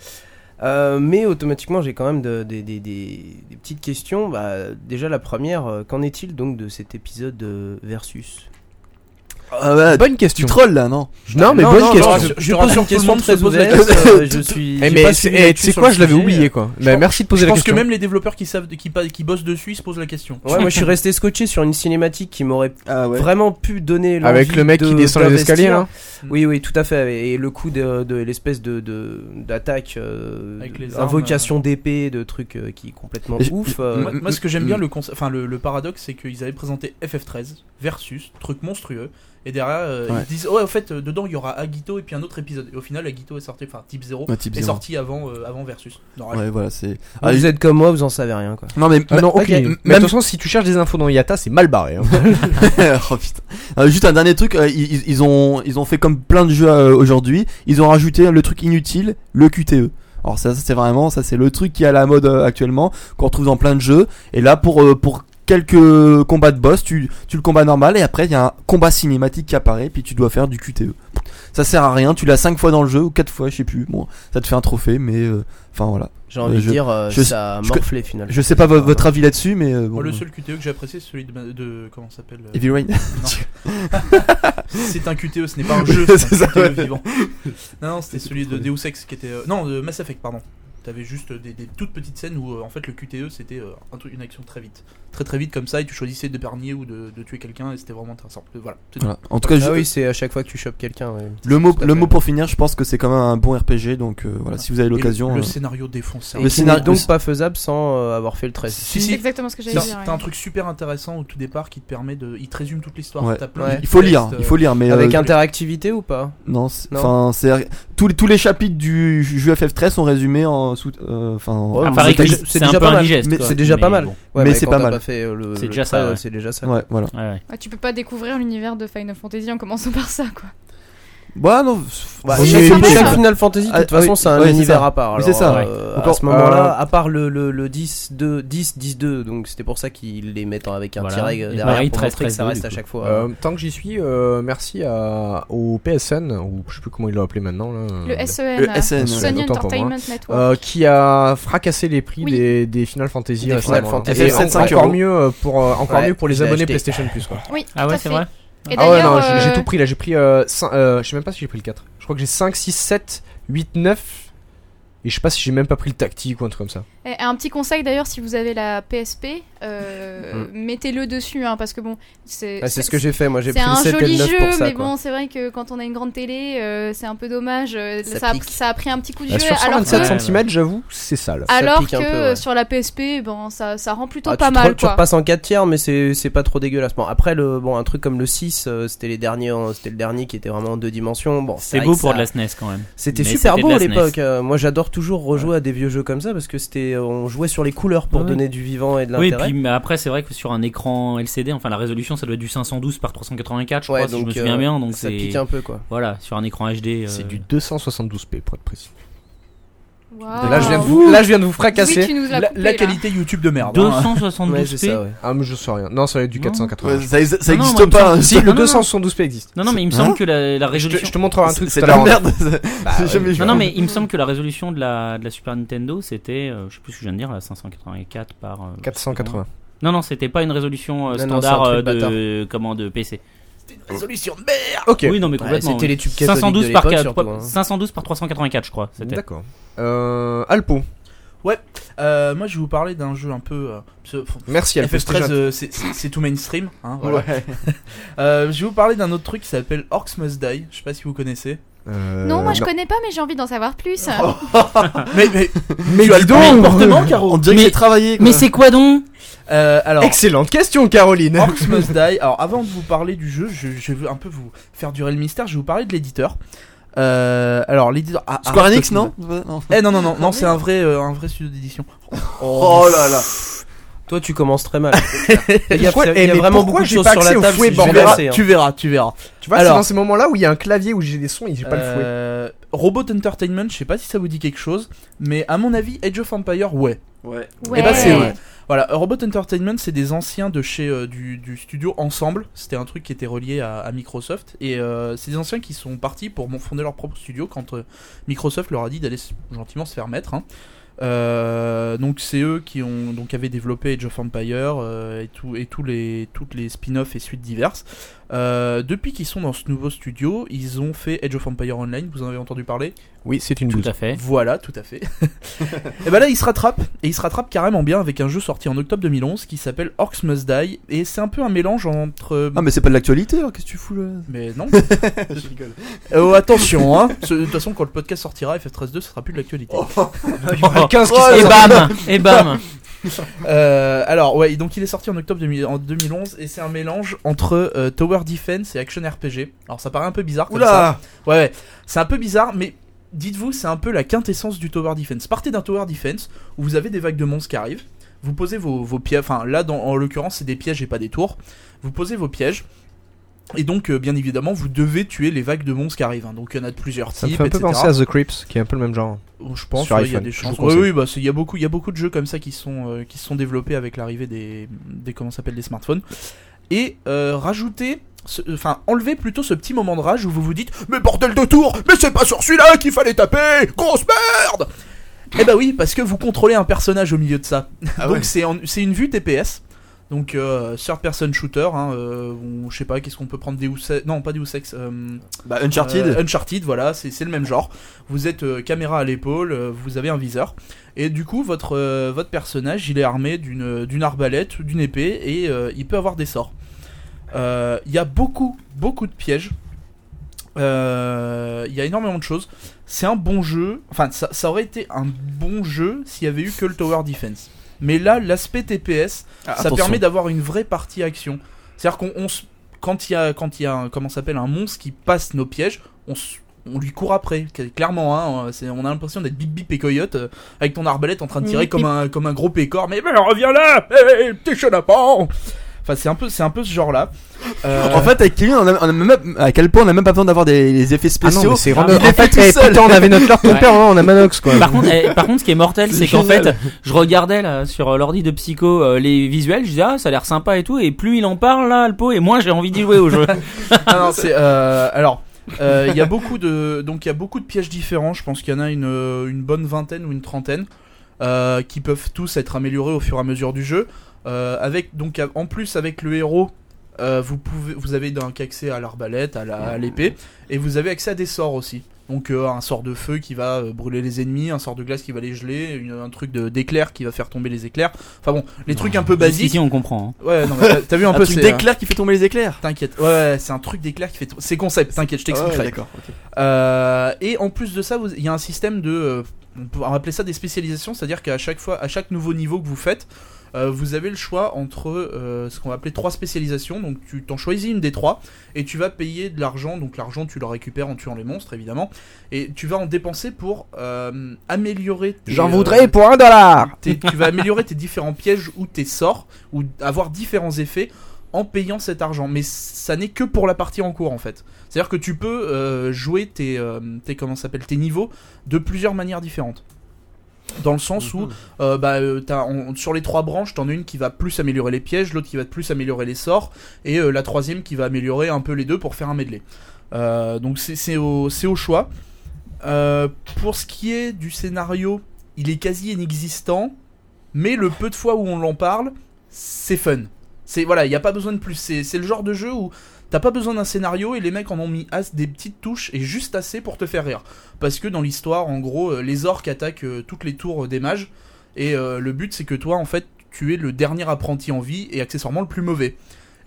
Speaker 7: Euh, mais automatiquement, j'ai quand même de- des- des- des- des petites questions. Bah, déjà, la première, euh, qu'en est-il donc de cet épisode euh, Versus
Speaker 6: Ah ouais,
Speaker 1: Bonne
Speaker 6: tu
Speaker 1: question.
Speaker 6: trolls là non
Speaker 1: Non, mais bonne question.
Speaker 3: je-
Speaker 7: Je,
Speaker 3: je te
Speaker 7: pose
Speaker 3: rassure,
Speaker 7: une
Speaker 3: tout le
Speaker 7: question
Speaker 3: monde se
Speaker 7: très
Speaker 3: pose la
Speaker 7: ouverte.
Speaker 3: question.
Speaker 7: euh, je suis.
Speaker 1: Eh,
Speaker 7: j'ai
Speaker 1: mais c'est-
Speaker 7: pas suivi
Speaker 1: eh, tu
Speaker 7: l'actu
Speaker 1: sais
Speaker 7: sur
Speaker 1: quoi,
Speaker 7: le
Speaker 1: je l'avais
Speaker 7: sujet.
Speaker 1: oublié quoi.
Speaker 3: Je
Speaker 1: Bah,
Speaker 3: pense-
Speaker 1: merci de poser
Speaker 3: je
Speaker 1: la
Speaker 3: pense
Speaker 1: question.
Speaker 3: que même les développeurs qui savent, de- qui, pa- qui bossent dessus, ils se posent la question.
Speaker 7: Ouais, moi je suis resté scotché sur une cinématique qui m'aurait
Speaker 6: Ah ouais.
Speaker 7: vraiment pu donner l'envie
Speaker 1: Avec le mec
Speaker 7: de-
Speaker 1: qui descend les
Speaker 7: d'investir.
Speaker 1: escaliers hein. là.
Speaker 2: Mm.
Speaker 7: Oui, oui, tout à fait. Et le coup de, de l'espèce de de- d'attaque, euh,
Speaker 3: Avec les
Speaker 7: invocation d'épée, de trucs euh, qui est complètement
Speaker 6: Et-
Speaker 7: ouf. euh,
Speaker 3: Moi,
Speaker 6: Mm,
Speaker 3: moi, ce que j'aime
Speaker 6: mm.
Speaker 3: bien, le, conce- enfin, le, le paradoxe, c'est qu'ils avaient présenté FF13 versus truc monstrueux, et derrière euh,
Speaker 6: Ouais.
Speaker 3: ils disent ouais, en fait, euh, dedans il y aura Agito et puis un autre épisode. Et au final, Agito est sorti, enfin Type 0
Speaker 6: Ouais, type
Speaker 3: est
Speaker 6: zéro.
Speaker 3: sorti avant, euh, avant versus. Non,
Speaker 6: Ouais voilà c'est.
Speaker 7: vous
Speaker 6: Ah, je-
Speaker 7: êtes comme moi, vous en savez rien quoi.
Speaker 6: Non mais
Speaker 1: Ah non,
Speaker 7: Ok.
Speaker 1: aucune. idée.
Speaker 6: Même-
Speaker 1: Mais de toute façon, si tu cherches des infos dans Yata, c'est mal barré. hein.
Speaker 6: oh putain. Euh, juste un dernier truc, euh, ils, ils- ils ont, ils ont fait comme plein de jeux euh, aujourd'hui, ils ont rajouté le truc inutile, le QTE. Alors ça, ça, c'est vraiment, ça c'est le truc qui est à la mode euh, actuellement, qu'on retrouve dans plein de jeux. Et là pour, euh, pour quelques combats de boss, tu, tu le combats normal et après il y a un combat cinématique qui apparaît, puis tu dois faire du QTE. Ça sert à rien, tu l'as 5 fois dans le jeu ou 4 fois, je sais plus. Bon, ça te fait un trophée, mais euh, enfin voilà.
Speaker 7: J'ai envie
Speaker 6: je-
Speaker 7: de dire, euh,
Speaker 6: je-
Speaker 7: ça a
Speaker 6: je-
Speaker 7: morflé finalement.
Speaker 6: Je sais pas vo- votre avis là-dessus, mais euh, bon.
Speaker 3: Moi, Oh, le seul QTE que j'ai apprécié, c'est celui de, ma- de- comment ça s'appelle euh,
Speaker 6: Heavy Rain.
Speaker 3: C'est un QTE, ce n'est pas un
Speaker 6: Oui,
Speaker 3: jeu,
Speaker 6: c'est
Speaker 3: c'est
Speaker 6: ça,
Speaker 3: un QTE
Speaker 6: ouais.
Speaker 3: vivant. Non, non, c'était celui de Deus Ex qui était. euh, non, de Mass Effect, pardon. T'avais juste des, des toutes petites scènes où euh, en fait le QTE c'était euh, un truc- une action très vite. Très très vite comme ça, et tu choisissais de pernier ou de, de tuer quelqu'un, et c'était vraiment intéressant. Euh, Voilà. c'est tout.
Speaker 6: Voilà. En tout cas, je-
Speaker 7: Ah oui, c'est à chaque fois que tu chopes quelqu'un. ouais.
Speaker 6: Le mot,
Speaker 7: Tout à
Speaker 6: le
Speaker 7: fait.
Speaker 6: mot pour finir, je pense que c'est quand même un bon RPG, donc euh, voilà, si vous avez
Speaker 3: Et le-
Speaker 6: l'occasion.
Speaker 3: Le,
Speaker 6: euh,
Speaker 3: scénario défonce ça.
Speaker 7: Et
Speaker 6: Le
Speaker 7: qui
Speaker 6: scénario-
Speaker 7: n'est donc
Speaker 6: le-
Speaker 7: pas faisable sans euh, avoir fait le 13.
Speaker 3: Bah, Si,
Speaker 4: C'est
Speaker 3: si,
Speaker 4: exactement ce que j'allais
Speaker 3: t'as
Speaker 4: dire.
Speaker 3: t'as un
Speaker 4: ouais.
Speaker 3: truc super intéressant au tout départ qui te permet de. Il te résume toute l'histoire.
Speaker 6: Ouais.
Speaker 3: t'as plein
Speaker 7: Ouais.
Speaker 3: de
Speaker 6: il faut
Speaker 3: textes,
Speaker 6: lire,
Speaker 3: euh,
Speaker 6: il faut lire, mais
Speaker 7: Avec
Speaker 6: euh,
Speaker 7: interactivité ou pas
Speaker 6: non, c'est-
Speaker 7: Non.
Speaker 6: enfin, c'est tous les tous les chapitres du jeu FF13 sont résumés en sous, euh, enfin, en-
Speaker 7: Ouais,
Speaker 6: en
Speaker 7: mais
Speaker 2: Enfin,
Speaker 7: c'est
Speaker 2: réglisse,
Speaker 6: sous-texte.
Speaker 7: déjà-
Speaker 2: c'est
Speaker 7: c'est
Speaker 2: un
Speaker 7: déjà
Speaker 2: peu
Speaker 7: pas
Speaker 2: un
Speaker 7: mal.
Speaker 2: digeste.
Speaker 6: Mais
Speaker 2: quoi.
Speaker 7: C'est déjà pas
Speaker 2: Mais
Speaker 7: mal.
Speaker 2: bon.
Speaker 7: Ouais,
Speaker 6: Mais
Speaker 7: bah,
Speaker 6: c'est
Speaker 7: quand
Speaker 6: pas
Speaker 7: t'as
Speaker 6: mal.
Speaker 7: fait, euh, le-
Speaker 2: C'est
Speaker 7: le
Speaker 2: déjà ça,
Speaker 7: treize,
Speaker 2: ouais.
Speaker 7: C'est déjà ça.
Speaker 6: Ouais, voilà.
Speaker 2: Ouais.
Speaker 4: Ouais, tu peux pas découvrir l'univers de Final Fantasy en commençant par ça, quoi.
Speaker 6: Bah non,
Speaker 7: Bah,
Speaker 6: c'est-
Speaker 7: chaque,
Speaker 6: c'est-
Speaker 4: sympa,
Speaker 6: c'est-
Speaker 7: chaque
Speaker 4: ça.
Speaker 7: Final Fantasy, de toute
Speaker 6: Ah,
Speaker 7: façon,
Speaker 6: oui,
Speaker 7: c'est un
Speaker 6: oui, c'est
Speaker 7: univers
Speaker 6: ça.
Speaker 7: à part.
Speaker 6: Oui,
Speaker 7: Alors,
Speaker 6: c'est ça, ouais.
Speaker 7: euh, à
Speaker 6: Encore,
Speaker 7: ce moment-là,
Speaker 1: euh,
Speaker 7: à part le, le, le 10, 2, 10, 10, 2, donc c'était pour ça qu'ils les mettent avec un
Speaker 2: Voilà.
Speaker 7: tiret
Speaker 2: Et
Speaker 7: derrière
Speaker 2: pareil,
Speaker 7: pour
Speaker 2: 13,
Speaker 7: montrer que ça
Speaker 2: 13,
Speaker 7: reste
Speaker 2: du
Speaker 7: à
Speaker 2: coup.
Speaker 7: chaque fois. hein.
Speaker 1: Euh, tant que j'y suis, euh, merci à, au PSN, ou je sais plus comment ils l'ont appelé maintenant. Là,
Speaker 4: Le SEN,
Speaker 6: Le
Speaker 4: euh,
Speaker 6: SN.
Speaker 4: Sony
Speaker 1: Autant pour
Speaker 4: Entertainment Network.
Speaker 1: Euh, qui a fracassé les prix
Speaker 4: Oui.
Speaker 1: des, des Final Fantasy
Speaker 7: Des
Speaker 1: récemment,
Speaker 7: Final
Speaker 1: hein.
Speaker 7: Fantasy.
Speaker 1: Et
Speaker 6: FF7,
Speaker 1: en-
Speaker 6: cinq
Speaker 1: encore
Speaker 6: euros.
Speaker 1: mieux euh, pour euh, encore
Speaker 7: Ouais,
Speaker 1: mieux pour
Speaker 7: je
Speaker 1: les
Speaker 7: l'ai
Speaker 1: abonnés
Speaker 7: acheté.
Speaker 1: PlayStation Plus quoi.
Speaker 4: Oui,
Speaker 2: Ah
Speaker 4: tout
Speaker 2: ouais,
Speaker 4: à
Speaker 2: c'est
Speaker 4: fait.
Speaker 2: vrai.
Speaker 4: Et
Speaker 1: Ah ouais
Speaker 4: d'ailleurs,
Speaker 1: non, j'ai- j'ai
Speaker 4: euh,
Speaker 1: tout pris là, j'ai pris euh, cin- euh, je sais même pas si j'ai pris le 4. Je crois que j'ai 5 6 7 8 9 et je sais pas si j'ai même pas pris le tactique ou un truc comme ça.
Speaker 4: Et un petit conseil d'ailleurs, si vous avez la PSP, euh, mettez-le dessus, hein, parce que bon, c'est
Speaker 7: Ah, c'est ce que j'ai fait, moi j'ai
Speaker 4: c'est
Speaker 7: pris le
Speaker 4: un
Speaker 7: 7 et le
Speaker 4: joli
Speaker 7: 9
Speaker 4: jeu,
Speaker 7: pour ça.
Speaker 4: mais
Speaker 7: quoi.
Speaker 4: bon, c'est vrai que quand on a une grande télé, euh, c'est un peu dommage. euh,
Speaker 7: Ça
Speaker 4: ça, a,
Speaker 7: pique.
Speaker 4: ça a pris un petit coup de
Speaker 1: Bah,
Speaker 4: jeu.
Speaker 1: sur
Speaker 4: alors
Speaker 1: 127
Speaker 4: que,
Speaker 2: Ouais.
Speaker 1: cm, j'avoue, c'est sale.
Speaker 4: alors
Speaker 7: pique
Speaker 4: que
Speaker 7: un peu, ouais.
Speaker 4: sur la PSP, bon, ça, ça rend plutôt
Speaker 7: Ah,
Speaker 4: pas
Speaker 7: tu, te re-
Speaker 4: mal.
Speaker 7: tu
Speaker 4: Quoi.
Speaker 7: repasses en 4 tiers, mais c'est c'est pas trop dégueulasse. Bon, après, le, bon, un truc comme le 6, euh, c'était les derniers, en- c'était le dernier qui était vraiment en deux dimensions. Bon,
Speaker 2: C'est
Speaker 7: vrai
Speaker 2: beau
Speaker 7: que
Speaker 2: pour
Speaker 7: ça-
Speaker 2: de la SNES quand même.
Speaker 7: C'était
Speaker 2: Mais
Speaker 7: super
Speaker 2: c'était de
Speaker 7: beau
Speaker 2: la E
Speaker 7: à
Speaker 2: SNES.
Speaker 7: l'époque. Euh, moi, j'adore toujours rejouer à des vieux jeux comme ça parce que c'était, on jouait sur les couleurs pour
Speaker 2: Ah ouais.
Speaker 7: donner du vivant et de
Speaker 2: Oui, et
Speaker 7: l'intérêt.
Speaker 2: puis mais après, c'est vrai que sur un écran LCD, enfin la résolution, ça doit être du 512 par 384, je
Speaker 7: Ouais,
Speaker 2: crois, si je me
Speaker 7: donc,
Speaker 2: souviens
Speaker 7: euh,
Speaker 2: bien. Donc
Speaker 7: ça
Speaker 2: c'est
Speaker 7: pique un peu quoi.
Speaker 2: voilà, sur un écran HD. euh,
Speaker 1: C'est du 272p pour être précis.
Speaker 4: Waouh.
Speaker 1: Là, je viens de vous, là, je viens de vous
Speaker 4: Oui,
Speaker 1: fracasser.
Speaker 4: tu nous l'as
Speaker 3: euh, La,
Speaker 4: coupé,
Speaker 3: la
Speaker 4: là.
Speaker 3: qualité YouTube de merde. hein.
Speaker 2: 272p.
Speaker 7: Ouais, c'est ça, ouais.
Speaker 1: Ah, mais je sais rien. Non, ça va être du
Speaker 2: Non.
Speaker 1: 480.
Speaker 6: Ouais, ça ex- ça
Speaker 2: Non, non,
Speaker 6: existe
Speaker 2: moi, il me
Speaker 6: pas.
Speaker 2: semble-
Speaker 6: hein,
Speaker 1: Si,
Speaker 6: c'est-
Speaker 1: le 272p existe.
Speaker 2: Non, non, mais il me
Speaker 6: Hein
Speaker 2: semble que
Speaker 1: Je
Speaker 2: la, la
Speaker 1: te,
Speaker 2: résolution.
Speaker 1: je te montrerai un truc
Speaker 6: C'est
Speaker 1: tout
Speaker 6: de
Speaker 1: à
Speaker 6: la
Speaker 1: l'heure.
Speaker 6: merde.
Speaker 1: Bah,
Speaker 6: J'ai
Speaker 1: ouais.
Speaker 6: jamais joué.
Speaker 2: Non, non, mais il me semble que la résolution de la, de la Super Nintendo, c'était, euh, je sais plus ce que je viens de dire, là, 584 par. euh,
Speaker 1: 480.
Speaker 2: Non, non, c'était pas une résolution euh,
Speaker 7: Non, non,
Speaker 2: standard
Speaker 7: c'est un
Speaker 2: euh,
Speaker 7: truc
Speaker 2: de comment de PC.
Speaker 3: une résolution de merde
Speaker 1: Ok.
Speaker 2: Oui, non, mais complètement.
Speaker 7: c'était
Speaker 2: oui.
Speaker 7: les tubes cathodiques
Speaker 2: 512
Speaker 7: de
Speaker 2: par,
Speaker 7: l'époque,
Speaker 2: quatre-
Speaker 7: surtout, hein.
Speaker 2: 512 par 384, je crois. C'était.
Speaker 1: D'accord. Euh, Alpo.
Speaker 3: Euh, Moi, je vais vous parler d'un jeu un peu. euh, ce- enfin,
Speaker 1: Merci Alpo. c'était
Speaker 3: FF13,
Speaker 1: gentil.
Speaker 3: euh, c'est- c'est c'est tout mainstream. hein, voilà. Euh, je vais vous parler d'un autre truc qui s'appelle Orcs Must Die. Je sais pas si vous connaissez.
Speaker 1: Euh,
Speaker 4: Non, moi je connais pas, mais j'ai enis d'en savoir plus.
Speaker 3: Mais, mais,
Speaker 1: Mais
Speaker 3: tu as
Speaker 1: dis
Speaker 3: le parler
Speaker 1: donc euh,
Speaker 3: fortement, Caro.
Speaker 6: On dirait que
Speaker 2: Mais-
Speaker 6: j'ai travaillé. quoi.
Speaker 2: Mais c'est quoi donc
Speaker 3: Euh, alors,
Speaker 1: Excellente question, Caroline.
Speaker 3: Orcs Must Die. Alors, avant de vous parler du jeu, je, je veux un peu vous faire durer le mystère. Je vais vous parler de l'éditeur. Euh, alors, l'éditeur. ah,
Speaker 6: Square
Speaker 3: Arc
Speaker 6: Enix,
Speaker 3: Cosmo.
Speaker 6: non Non.
Speaker 3: Eh non, non, non, non c'est un vrai, euh, un vrai studio d'édition.
Speaker 6: Oh là là.
Speaker 7: Toi, tu commences très mal. Il y a,
Speaker 1: Pourquoi-
Speaker 7: il y a
Speaker 1: eh, mais
Speaker 7: vraiment
Speaker 1: pourquoi
Speaker 7: beaucoup de
Speaker 1: j'ai
Speaker 7: choses
Speaker 1: pas
Speaker 7: sur la
Speaker 1: accès au
Speaker 7: table.
Speaker 1: fouet,
Speaker 7: je vais
Speaker 1: bordel
Speaker 7: lancer, hein.
Speaker 3: tu verras, tu verras.
Speaker 1: Tu vois,
Speaker 3: Alors-
Speaker 1: c'est dans ces moments-là où il y a un clavier où j'ai des sons et j'ai pas le fouet.
Speaker 3: Euh, Robot Entertainment, je sais pas si ça vous dit quelque chose, mais à mon avis, Age of Empire, ouais.
Speaker 6: Ouais.
Speaker 4: Ouais.
Speaker 3: bah, c'est
Speaker 6: vrai.
Speaker 3: Voilà, Robot Entertainment, c'est des anciens de chez euh, du, du studio Ensemble. C'était un truc qui était relié à, à Microsoft. Et euh, c'est des anciens qui sont partis pour mon- fonder leur propre studio quand euh, Microsoft leur a dit d'aller s- gentiment se faire mettre. hein. Euh, donc c'est eux qui ont donc avaient développé Age of Empire euh, et tout et tous les toutes les spin-offs et suites diverses. Euh, depuis qu'ils sont dans ce nouveau studio, ils ont fait Age of Empire Online. Vous en avez entendu parler
Speaker 1: Oui, c'est une
Speaker 2: Tout
Speaker 1: bouse.
Speaker 2: à fait.
Speaker 3: voilà, tout à fait. et ben là, il se rattrape, et il se rattrape carrément bien avec un jeu sorti en octobre 2011 qui s'appelle Orcs Must Die, et c'est un peu un mélange entre.
Speaker 6: Ah mais c'est pas de l'actualité alors qu'est-ce que tu fous là
Speaker 3: mais non.
Speaker 6: Je rigole.
Speaker 3: Oh, attention, hein. Ce- De toute façon, quand le podcast sortira, FF13.2, ce sera plus de l'actualité.
Speaker 2: Oh.
Speaker 1: 15 qui
Speaker 2: Et
Speaker 1: se passe.
Speaker 2: bam Et bam
Speaker 3: Euh, alors, ouais, donc il est sorti en octobre 2000 en 2011, et c'est un mélange entre euh, Tower Defense et Action RPG. Alors, ça paraît un peu bizarre comme ça.
Speaker 6: Oula
Speaker 3: Ouais, ouais. c'est un peu bizarre, mais dites-vous, c'est un peu la quintessence du tower defense. Partez d'un tower defense où vous avez des vagues de monstres qui arrivent, vous posez vos, vos pièges, enfin là dans, en l'occurrence c'est des pièges et pas des tours, vous posez vos pièges. Et donc, euh, bien évidemment, vous devez tuer les vagues de monstres qui arrivent. hein. Donc, il y en a de plusieurs
Speaker 1: Ça me
Speaker 3: types.
Speaker 1: fait un peu
Speaker 3: etc.
Speaker 1: penser à The Crips, qui est un peu le même genre.
Speaker 3: Oh, Je pense
Speaker 1: Sur
Speaker 3: ouais, il y a
Speaker 1: iPhone,
Speaker 3: des
Speaker 1: je
Speaker 3: chances.
Speaker 1: vous
Speaker 3: Oui,
Speaker 1: conseille.
Speaker 3: oui, bah, c'est- il y a beaucoup, il y a beaucoup de jeux comme ça qui sont euh, qui se sont développés avec l'arrivée des des comment ça s'appelle des smartphones. Et euh, rajouter, ce- enfin enlever plutôt ce petit moment de rage où vous vous dites mais bordel de tour, mais c'est pas sur celui-là qu'il fallait taper, grosse merde. Eh bah oui, parce que vous contrôlez un personnage au milieu de ça.
Speaker 1: Ah
Speaker 3: donc c'est en- c'est une vue TPS. Donc euh, third person shooter, hein, euh, ou je sais pas, qu'est-ce qu'on peut prendre Deus Ex- Non, pas Deus Ex. euh,
Speaker 6: Bah Uncharted
Speaker 3: euh, Uncharted, voilà, c'est c'est le même genre. Vous êtes euh, caméra à l'épaule, euh, vous avez un viseur. Et du coup, votre, euh, votre personnage, il est armé d'une d'une arbalète, d'une épée, et euh, il peut avoir des sorts. Euh, Il y a beaucoup, beaucoup de pièges. Euh, Il y a énormément de choses. C'est un bon jeu. Enfin, ça, ça aurait été un bon jeu s'il y avait eu que le Tower Defense. Mais là, l'aspect TPS,
Speaker 6: Ah,
Speaker 3: ça
Speaker 6: attention.
Speaker 3: permet d'avoir une vraie partie action. C'est-à-dire qu'on on se- quand il y a quand il y a un, comment ça s'appelle un monstre qui passe nos pièges, on se- on lui court après, Cla- clairement. Hein, euh, c'est- on a l'impression d'être bip bip et coyote euh, avec ton arbalète en train de tirer
Speaker 4: Bip,
Speaker 3: comme
Speaker 4: bip.
Speaker 3: un, comme un gros pécor. Mais ben, reviens là, hey, petit chenapan Enfin, c'est un peu, c'est un peu ce genre-là. Euh,
Speaker 6: En fait, avec Kevin, on a, on a même, à quel point on a même pas besoin d'avoir des, des effets
Speaker 1: Ah non,
Speaker 6: spéciaux.
Speaker 1: mais c'est
Speaker 2: Ah,
Speaker 1: random.
Speaker 6: il est
Speaker 1: En fait,
Speaker 6: tout
Speaker 1: eh,
Speaker 6: seul.
Speaker 1: putain, on avait notre leur ton
Speaker 2: Ouais.
Speaker 1: père, hein, on a Manox quoi.
Speaker 2: Par contre, eh, par contre, ce qui est mortel,
Speaker 6: C'est
Speaker 2: c'est qu'en fait,
Speaker 6: génial.
Speaker 2: je regardais là sur euh, l'ordi de Psycho euh, les visuels, je disais ah ça a l'air sympa et tout, et plus il en parle là, Alpo, et moins j'ai envie d'y jouer au jeu.
Speaker 3: Ah non, c'est euh, alors euh, il y a beaucoup de donc il y a beaucoup de pièges différents. Je pense qu'il y en a une, euh, une bonne vingtaine ou une trentaine euh, qui peuvent tous être améliorés au fur et à mesure du jeu. Euh, avec donc à- en plus avec le héros, euh, vous pouvez vous avez donc accès à l'arbalète, à la- à l'épée et vous avez accès à des sorts aussi. Donc euh, un sort de feu qui va euh, brûler les ennemis, un sort de glace qui va les geler, une- un truc de- d'éclair qui va faire tomber les éclairs. Enfin bon, les trucs un peu basiques.
Speaker 2: Ici on comprend. hein.
Speaker 3: Ouais, non, mais t'as- t'as vu un,
Speaker 6: Un,
Speaker 3: peu
Speaker 6: truc
Speaker 3: c'est, euh,
Speaker 6: d'éclair qui fait tomber les éclairs.
Speaker 3: T'inquiète, ouais, ouais, c'est un truc d'éclair qui fait. t- C'est concept, t'inquiète, je
Speaker 6: Ah ouais,
Speaker 3: t'expliquerai.
Speaker 6: D'accord. ok.
Speaker 3: Euh, et en plus de ça, vous- il y a un système de. euh, on peut appeler ça des spécialisations, c'est-à-dire qu'à chaque fois, à chaque nouveau niveau que vous faites, euh, vous avez le choix entre euh, ce qu'on va appeler trois spécialisations. Donc tu t'en choisis une des trois et tu vas payer de l'argent. Donc l'argent, tu le récupères en tuant les monstres, évidemment. Et tu vas en dépenser pour euh, améliorer. tes,
Speaker 1: J'en
Speaker 3: euh,
Speaker 1: voudrais pour un dollar.
Speaker 3: tes- tu vas améliorer tes différents pièges ou tes sorts ou avoir différents effets en payant cet argent. Mais ça n'est que pour la partie en cours en fait. C'est-à-dire que tu peux euh, jouer tes, euh, tes comment ça s'appelle tes niveaux de plusieurs manières différentes. Dans le sens où euh, bah, euh, t'as- on- sur les trois branches, t'en as une qui va plus améliorer les pièges, l'autre qui va plus améliorer les sorts, et euh, la troisième qui va améliorer un peu les deux pour faire un medley. Euh, donc c'est c'est au, c'est au choix. Euh, pour ce qui est du scénario, il est quasi inexistant, mais le peu de fois où on l'en parle, c'est fun. C'est voilà, il n'y a pas besoin de plus. C'est c'est le genre de jeu où T'as pas besoin d'un scénario et les mecs en ont mis as des petites touches et juste assez pour te faire rire. Parce que dans l'histoire, en gros, euh, les orques attaquent euh, toutes les tours des mages et euh, le but c'est que toi, en fait, tu es le dernier apprenti en vie et accessoirement le plus mauvais.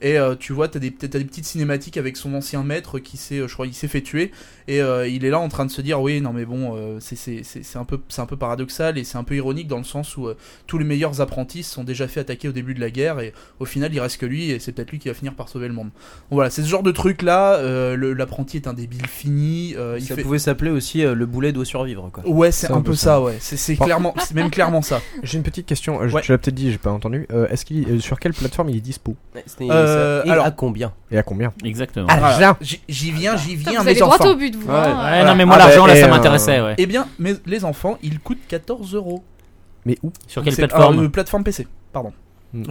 Speaker 3: Et euh, tu vois, t'as des, t'as des petites cinématiques avec son ancien maître qui s'est, euh, je crois, il s'est fait tuer. Et euh, il est là en train de se dire, oui, non mais bon, euh, c'est- c'est c'est- c'est un, peu- c'est un peu paradoxal et c'est un peu ironique dans le sens où euh, tous les meilleurs apprentis se sont déjà fait attaquer au début de la guerre et au final il reste que lui et c'est peut-être lui qui va finir par sauver le monde. Donc voilà, c'est ce genre de truc là, l'apprenti est un débile fini, euh, il
Speaker 7: Ça
Speaker 3: fait...
Speaker 7: pouvait s'appeler aussi euh, le boulet doit survivre quoi.
Speaker 3: Ouais, c'est un peu ça, ouais, c'est c'est
Speaker 1: Par-
Speaker 3: clairement, c'est même clairement ça.
Speaker 1: J'ai une petite question. euh, je-
Speaker 3: Ouais.
Speaker 1: Tu l'as peut-être dit, j'ai pas entendu. Euh, Est-ce qu'il euh, sur quelle plateforme il est dispo
Speaker 7: Et
Speaker 3: Euh,
Speaker 7: ça- et
Speaker 3: alors-
Speaker 7: à combien
Speaker 1: et à combien
Speaker 2: Exactement.
Speaker 1: Ah,
Speaker 3: Voilà.
Speaker 1: là.
Speaker 3: J'y- J'y viens, j'y
Speaker 4: Putain,
Speaker 3: viens,
Speaker 4: vous allez
Speaker 3: mes
Speaker 4: droit
Speaker 3: enfants.
Speaker 4: au but, vous.
Speaker 6: Ouais.
Speaker 2: ouais,
Speaker 4: hein.
Speaker 2: non, mais moi,
Speaker 1: Ah,
Speaker 2: l'argent,
Speaker 1: bah,
Speaker 2: là,
Speaker 1: et,
Speaker 2: ça
Speaker 1: euh,
Speaker 2: m'intéressait, ouais.
Speaker 3: Eh bien, mes, les enfants, ils coûtent 14 euros.
Speaker 1: Mais où
Speaker 2: Sur quelle
Speaker 3: C'est- alors,
Speaker 2: plateforme
Speaker 3: euh, plateforme PC, pardon.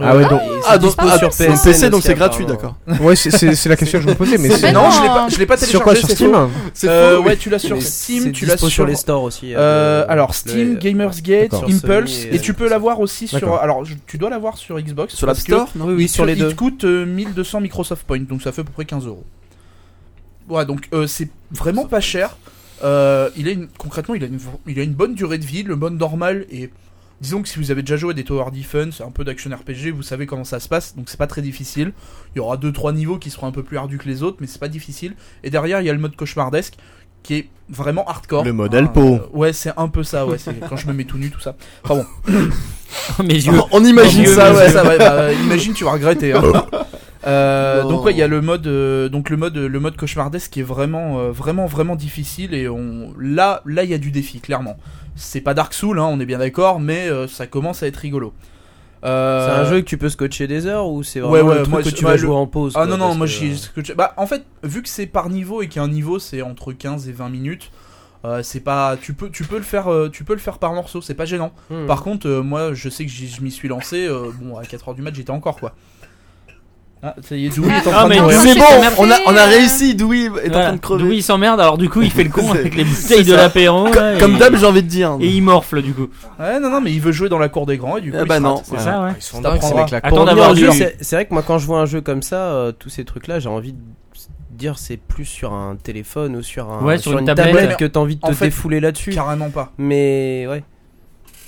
Speaker 1: Ah ouais, donc.
Speaker 6: Ah,
Speaker 7: Et c'est
Speaker 6: donc-
Speaker 7: dispo
Speaker 4: ah,
Speaker 7: sur
Speaker 4: c'est
Speaker 7: PSN
Speaker 4: un
Speaker 6: PC, donc
Speaker 7: aussi,
Speaker 6: c'est gratuit,
Speaker 7: apparemment.
Speaker 6: d'accord.
Speaker 1: Ouais, c'est- c'est c'est la question que je me posais. Mais
Speaker 4: C'est
Speaker 1: c'est-
Speaker 4: bête.
Speaker 3: non,
Speaker 4: non.
Speaker 3: je l'ai pas, je l'ai pas téléchargé.
Speaker 1: hein. sur quoi Sur
Speaker 3: c'est
Speaker 1: Steam
Speaker 3: faux.
Speaker 6: C'est
Speaker 3: Euh,
Speaker 6: faux,
Speaker 3: Ouais, tu l'as
Speaker 7: Mais
Speaker 3: sur
Speaker 7: c'est
Speaker 3: Steam, tu l'as
Speaker 7: dispo
Speaker 3: sur,
Speaker 7: sur les stores aussi.
Speaker 3: Euh,
Speaker 7: le-
Speaker 3: alors Steam,
Speaker 7: le-
Speaker 3: Gamersgate,
Speaker 1: D'accord.
Speaker 3: Impulse,
Speaker 7: Sony
Speaker 3: et,
Speaker 7: et-
Speaker 3: tu peux l'avoir aussi sur.
Speaker 1: D'accord.
Speaker 3: Alors je- tu dois l'avoir sur Xbox.
Speaker 6: Sur l'App
Speaker 3: parce que
Speaker 6: Store Non,
Speaker 7: Oui, oui, sur les
Speaker 3: Il
Speaker 7: deux.
Speaker 3: te coûte euh, 1200 Microsoft Points, donc ça fait à peu près 15 euros. Ouais, donc euh, c'est vraiment pas cher. Euh, il a une, concrètement, il a, une, il a une bonne durée de vie, le mode normal et Disons que si vous avez déjà joué à des Tower Defense, un peu d'action RPG, vous savez comment ça se passe, donc c'est pas très difficile. Il y aura 2-3 niveaux qui seront un peu plus ardus que les autres, mais c'est pas difficile. Et derrière, il y a le mode cauchemardesque qui est vraiment hardcore.
Speaker 1: Le mode Alpo.
Speaker 3: euh, ouais, c'est un peu ça, ouais, c'est quand je me mets tout nu, tout ça.
Speaker 2: Mes yeux.
Speaker 6: On imagine
Speaker 2: Dieu,
Speaker 6: ça,
Speaker 2: mes
Speaker 6: ouais.
Speaker 3: ouais, ça, ouais, bah, imagine, tu vas regretter. hein. Euh,
Speaker 6: Non.
Speaker 3: donc ouais, il y a le mode, euh, donc le mode, le mode cauchemardesque qui est vraiment, euh, vraiment, vraiment difficile et on, là, là, il y a du défi clairement. C'est pas Dark Souls, hein, on est bien d'accord, mais euh, ça commence à être rigolo.
Speaker 7: C'est
Speaker 3: Euh,
Speaker 7: un jeu que tu peux scotcher des heures ou c'est vraiment
Speaker 3: ouais, ouais,
Speaker 7: le truc
Speaker 3: moi,
Speaker 7: que
Speaker 3: je-
Speaker 7: tu
Speaker 3: moi,
Speaker 7: vas
Speaker 3: le-
Speaker 7: jouer en pause
Speaker 3: Ah
Speaker 7: quoi,
Speaker 3: non non,
Speaker 7: parce
Speaker 3: moi
Speaker 7: que- euh,
Speaker 3: j'y ai scotché- Bah en fait, vu que c'est par niveau et qu'un niveau c'est entre 15 et 20 minutes, euh, c'est pas tu peux tu peux le faire euh, tu peux le faire par morceau, c'est pas gênant.
Speaker 7: Hmm.
Speaker 3: Par contre, euh, moi je sais que j'y- je m'y suis lancé euh, bon à 4h du mat, j'étais encore quoi. Ah, ça y est, Doom est en
Speaker 2: Ah,
Speaker 3: train de
Speaker 2: mais
Speaker 3: mourir.
Speaker 2: Dieu,
Speaker 6: Mais bon,
Speaker 4: Merci,
Speaker 6: on a, on a
Speaker 4: euh,
Speaker 6: réussi, Doui est en train de crever.
Speaker 2: Oui, il s'emmerde, alors du coup, il fait le con
Speaker 6: C'est-
Speaker 2: avec les
Speaker 6: c'est
Speaker 2: bouteilles de
Speaker 6: ça.
Speaker 2: l'apéro. là, et-
Speaker 6: Comme d'hab, j'ai envie de dire.
Speaker 2: Et il morfle, du coup.
Speaker 3: Ouais, non, non, mais il veut jouer dans la cour des grands et du coup.
Speaker 6: Ah
Speaker 3: il
Speaker 6: bah
Speaker 3: se
Speaker 6: non.
Speaker 3: rate.
Speaker 2: C'est
Speaker 6: voilà.
Speaker 2: ça, ouais.
Speaker 1: Ils sont
Speaker 3: dingues, ces mecs-là.
Speaker 2: Attends
Speaker 7: Pour revenir
Speaker 2: d'avoir
Speaker 7: au
Speaker 2: du.
Speaker 7: jeu, c'est c'est vrai que moi quand je vois un jeu comme ça, euh, tous ces trucs-là, j'ai envie de dire c'est plus sur un téléphone ou sur, un,
Speaker 2: Ouais, sur une tablette.
Speaker 7: que t'as envie de
Speaker 3: En
Speaker 7: te
Speaker 3: fait,
Speaker 7: défouler là-dessus.
Speaker 3: Carrément pas.
Speaker 7: Mais ouais.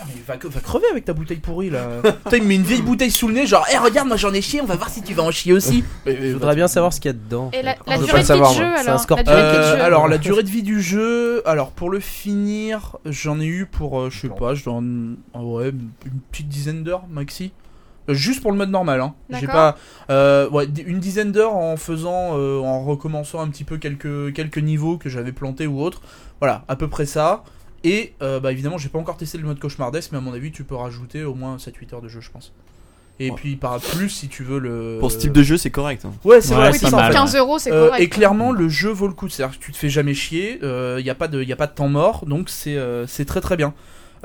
Speaker 3: Ah, mais va, va crever avec ta bouteille pourrie là. Putain, il me met une vieille bouteille sous le nez, genre, hé, regarde, moi j'en ai chié, on va voir si tu vas en chier aussi. bah,
Speaker 7: Je voudrais bien savoir ce qu'il y a dedans.
Speaker 4: Et la,
Speaker 7: en fait.
Speaker 4: la
Speaker 1: Je veux pas le
Speaker 4: durée de vie
Speaker 1: savoir,
Speaker 4: de jeu,
Speaker 1: moi.
Speaker 7: C'est un
Speaker 4: alors
Speaker 7: score
Speaker 4: La durée de
Speaker 3: Euh,
Speaker 4: vie de jeu.
Speaker 3: alors la durée de vie du jeu, alors pour le finir, j'en ai eu pour euh, je sais pas, je dois en- en- ouais, une petite dizaine d'heures maxi. Euh, Juste pour le mode normal, hein. J'ai
Speaker 4: D'accord.
Speaker 3: pas euh, ouais, d- une dizaine d'heures en faisant, euh, en recommençant un petit peu quelques quelques niveaux que j'avais plantés ou autre. Voilà, à peu près ça. Et euh, bah évidemment, j'ai pas encore testé le mode cauchemardesque, mais à mon avis, tu peux rajouter au moins 7-8 heures de jeu, je pense. Et
Speaker 6: Ouais.
Speaker 3: puis par plus si tu veux le.
Speaker 6: Pour ce type de jeu, c'est correct. hein.
Speaker 3: Ouais, c'est
Speaker 2: Ouais,
Speaker 3: vrai,
Speaker 2: c'est
Speaker 3: c'est ça.
Speaker 2: pas
Speaker 3: en
Speaker 2: mal.
Speaker 3: fait.
Speaker 4: 15 euros, c'est
Speaker 3: Euh,
Speaker 4: correct.
Speaker 3: et clairement, le jeu vaut le coup. C'est-à-dire que tu te fais jamais chier. Il n'y a pas de, y a pas de temps mort, donc c'est, euh, c'est très très bien.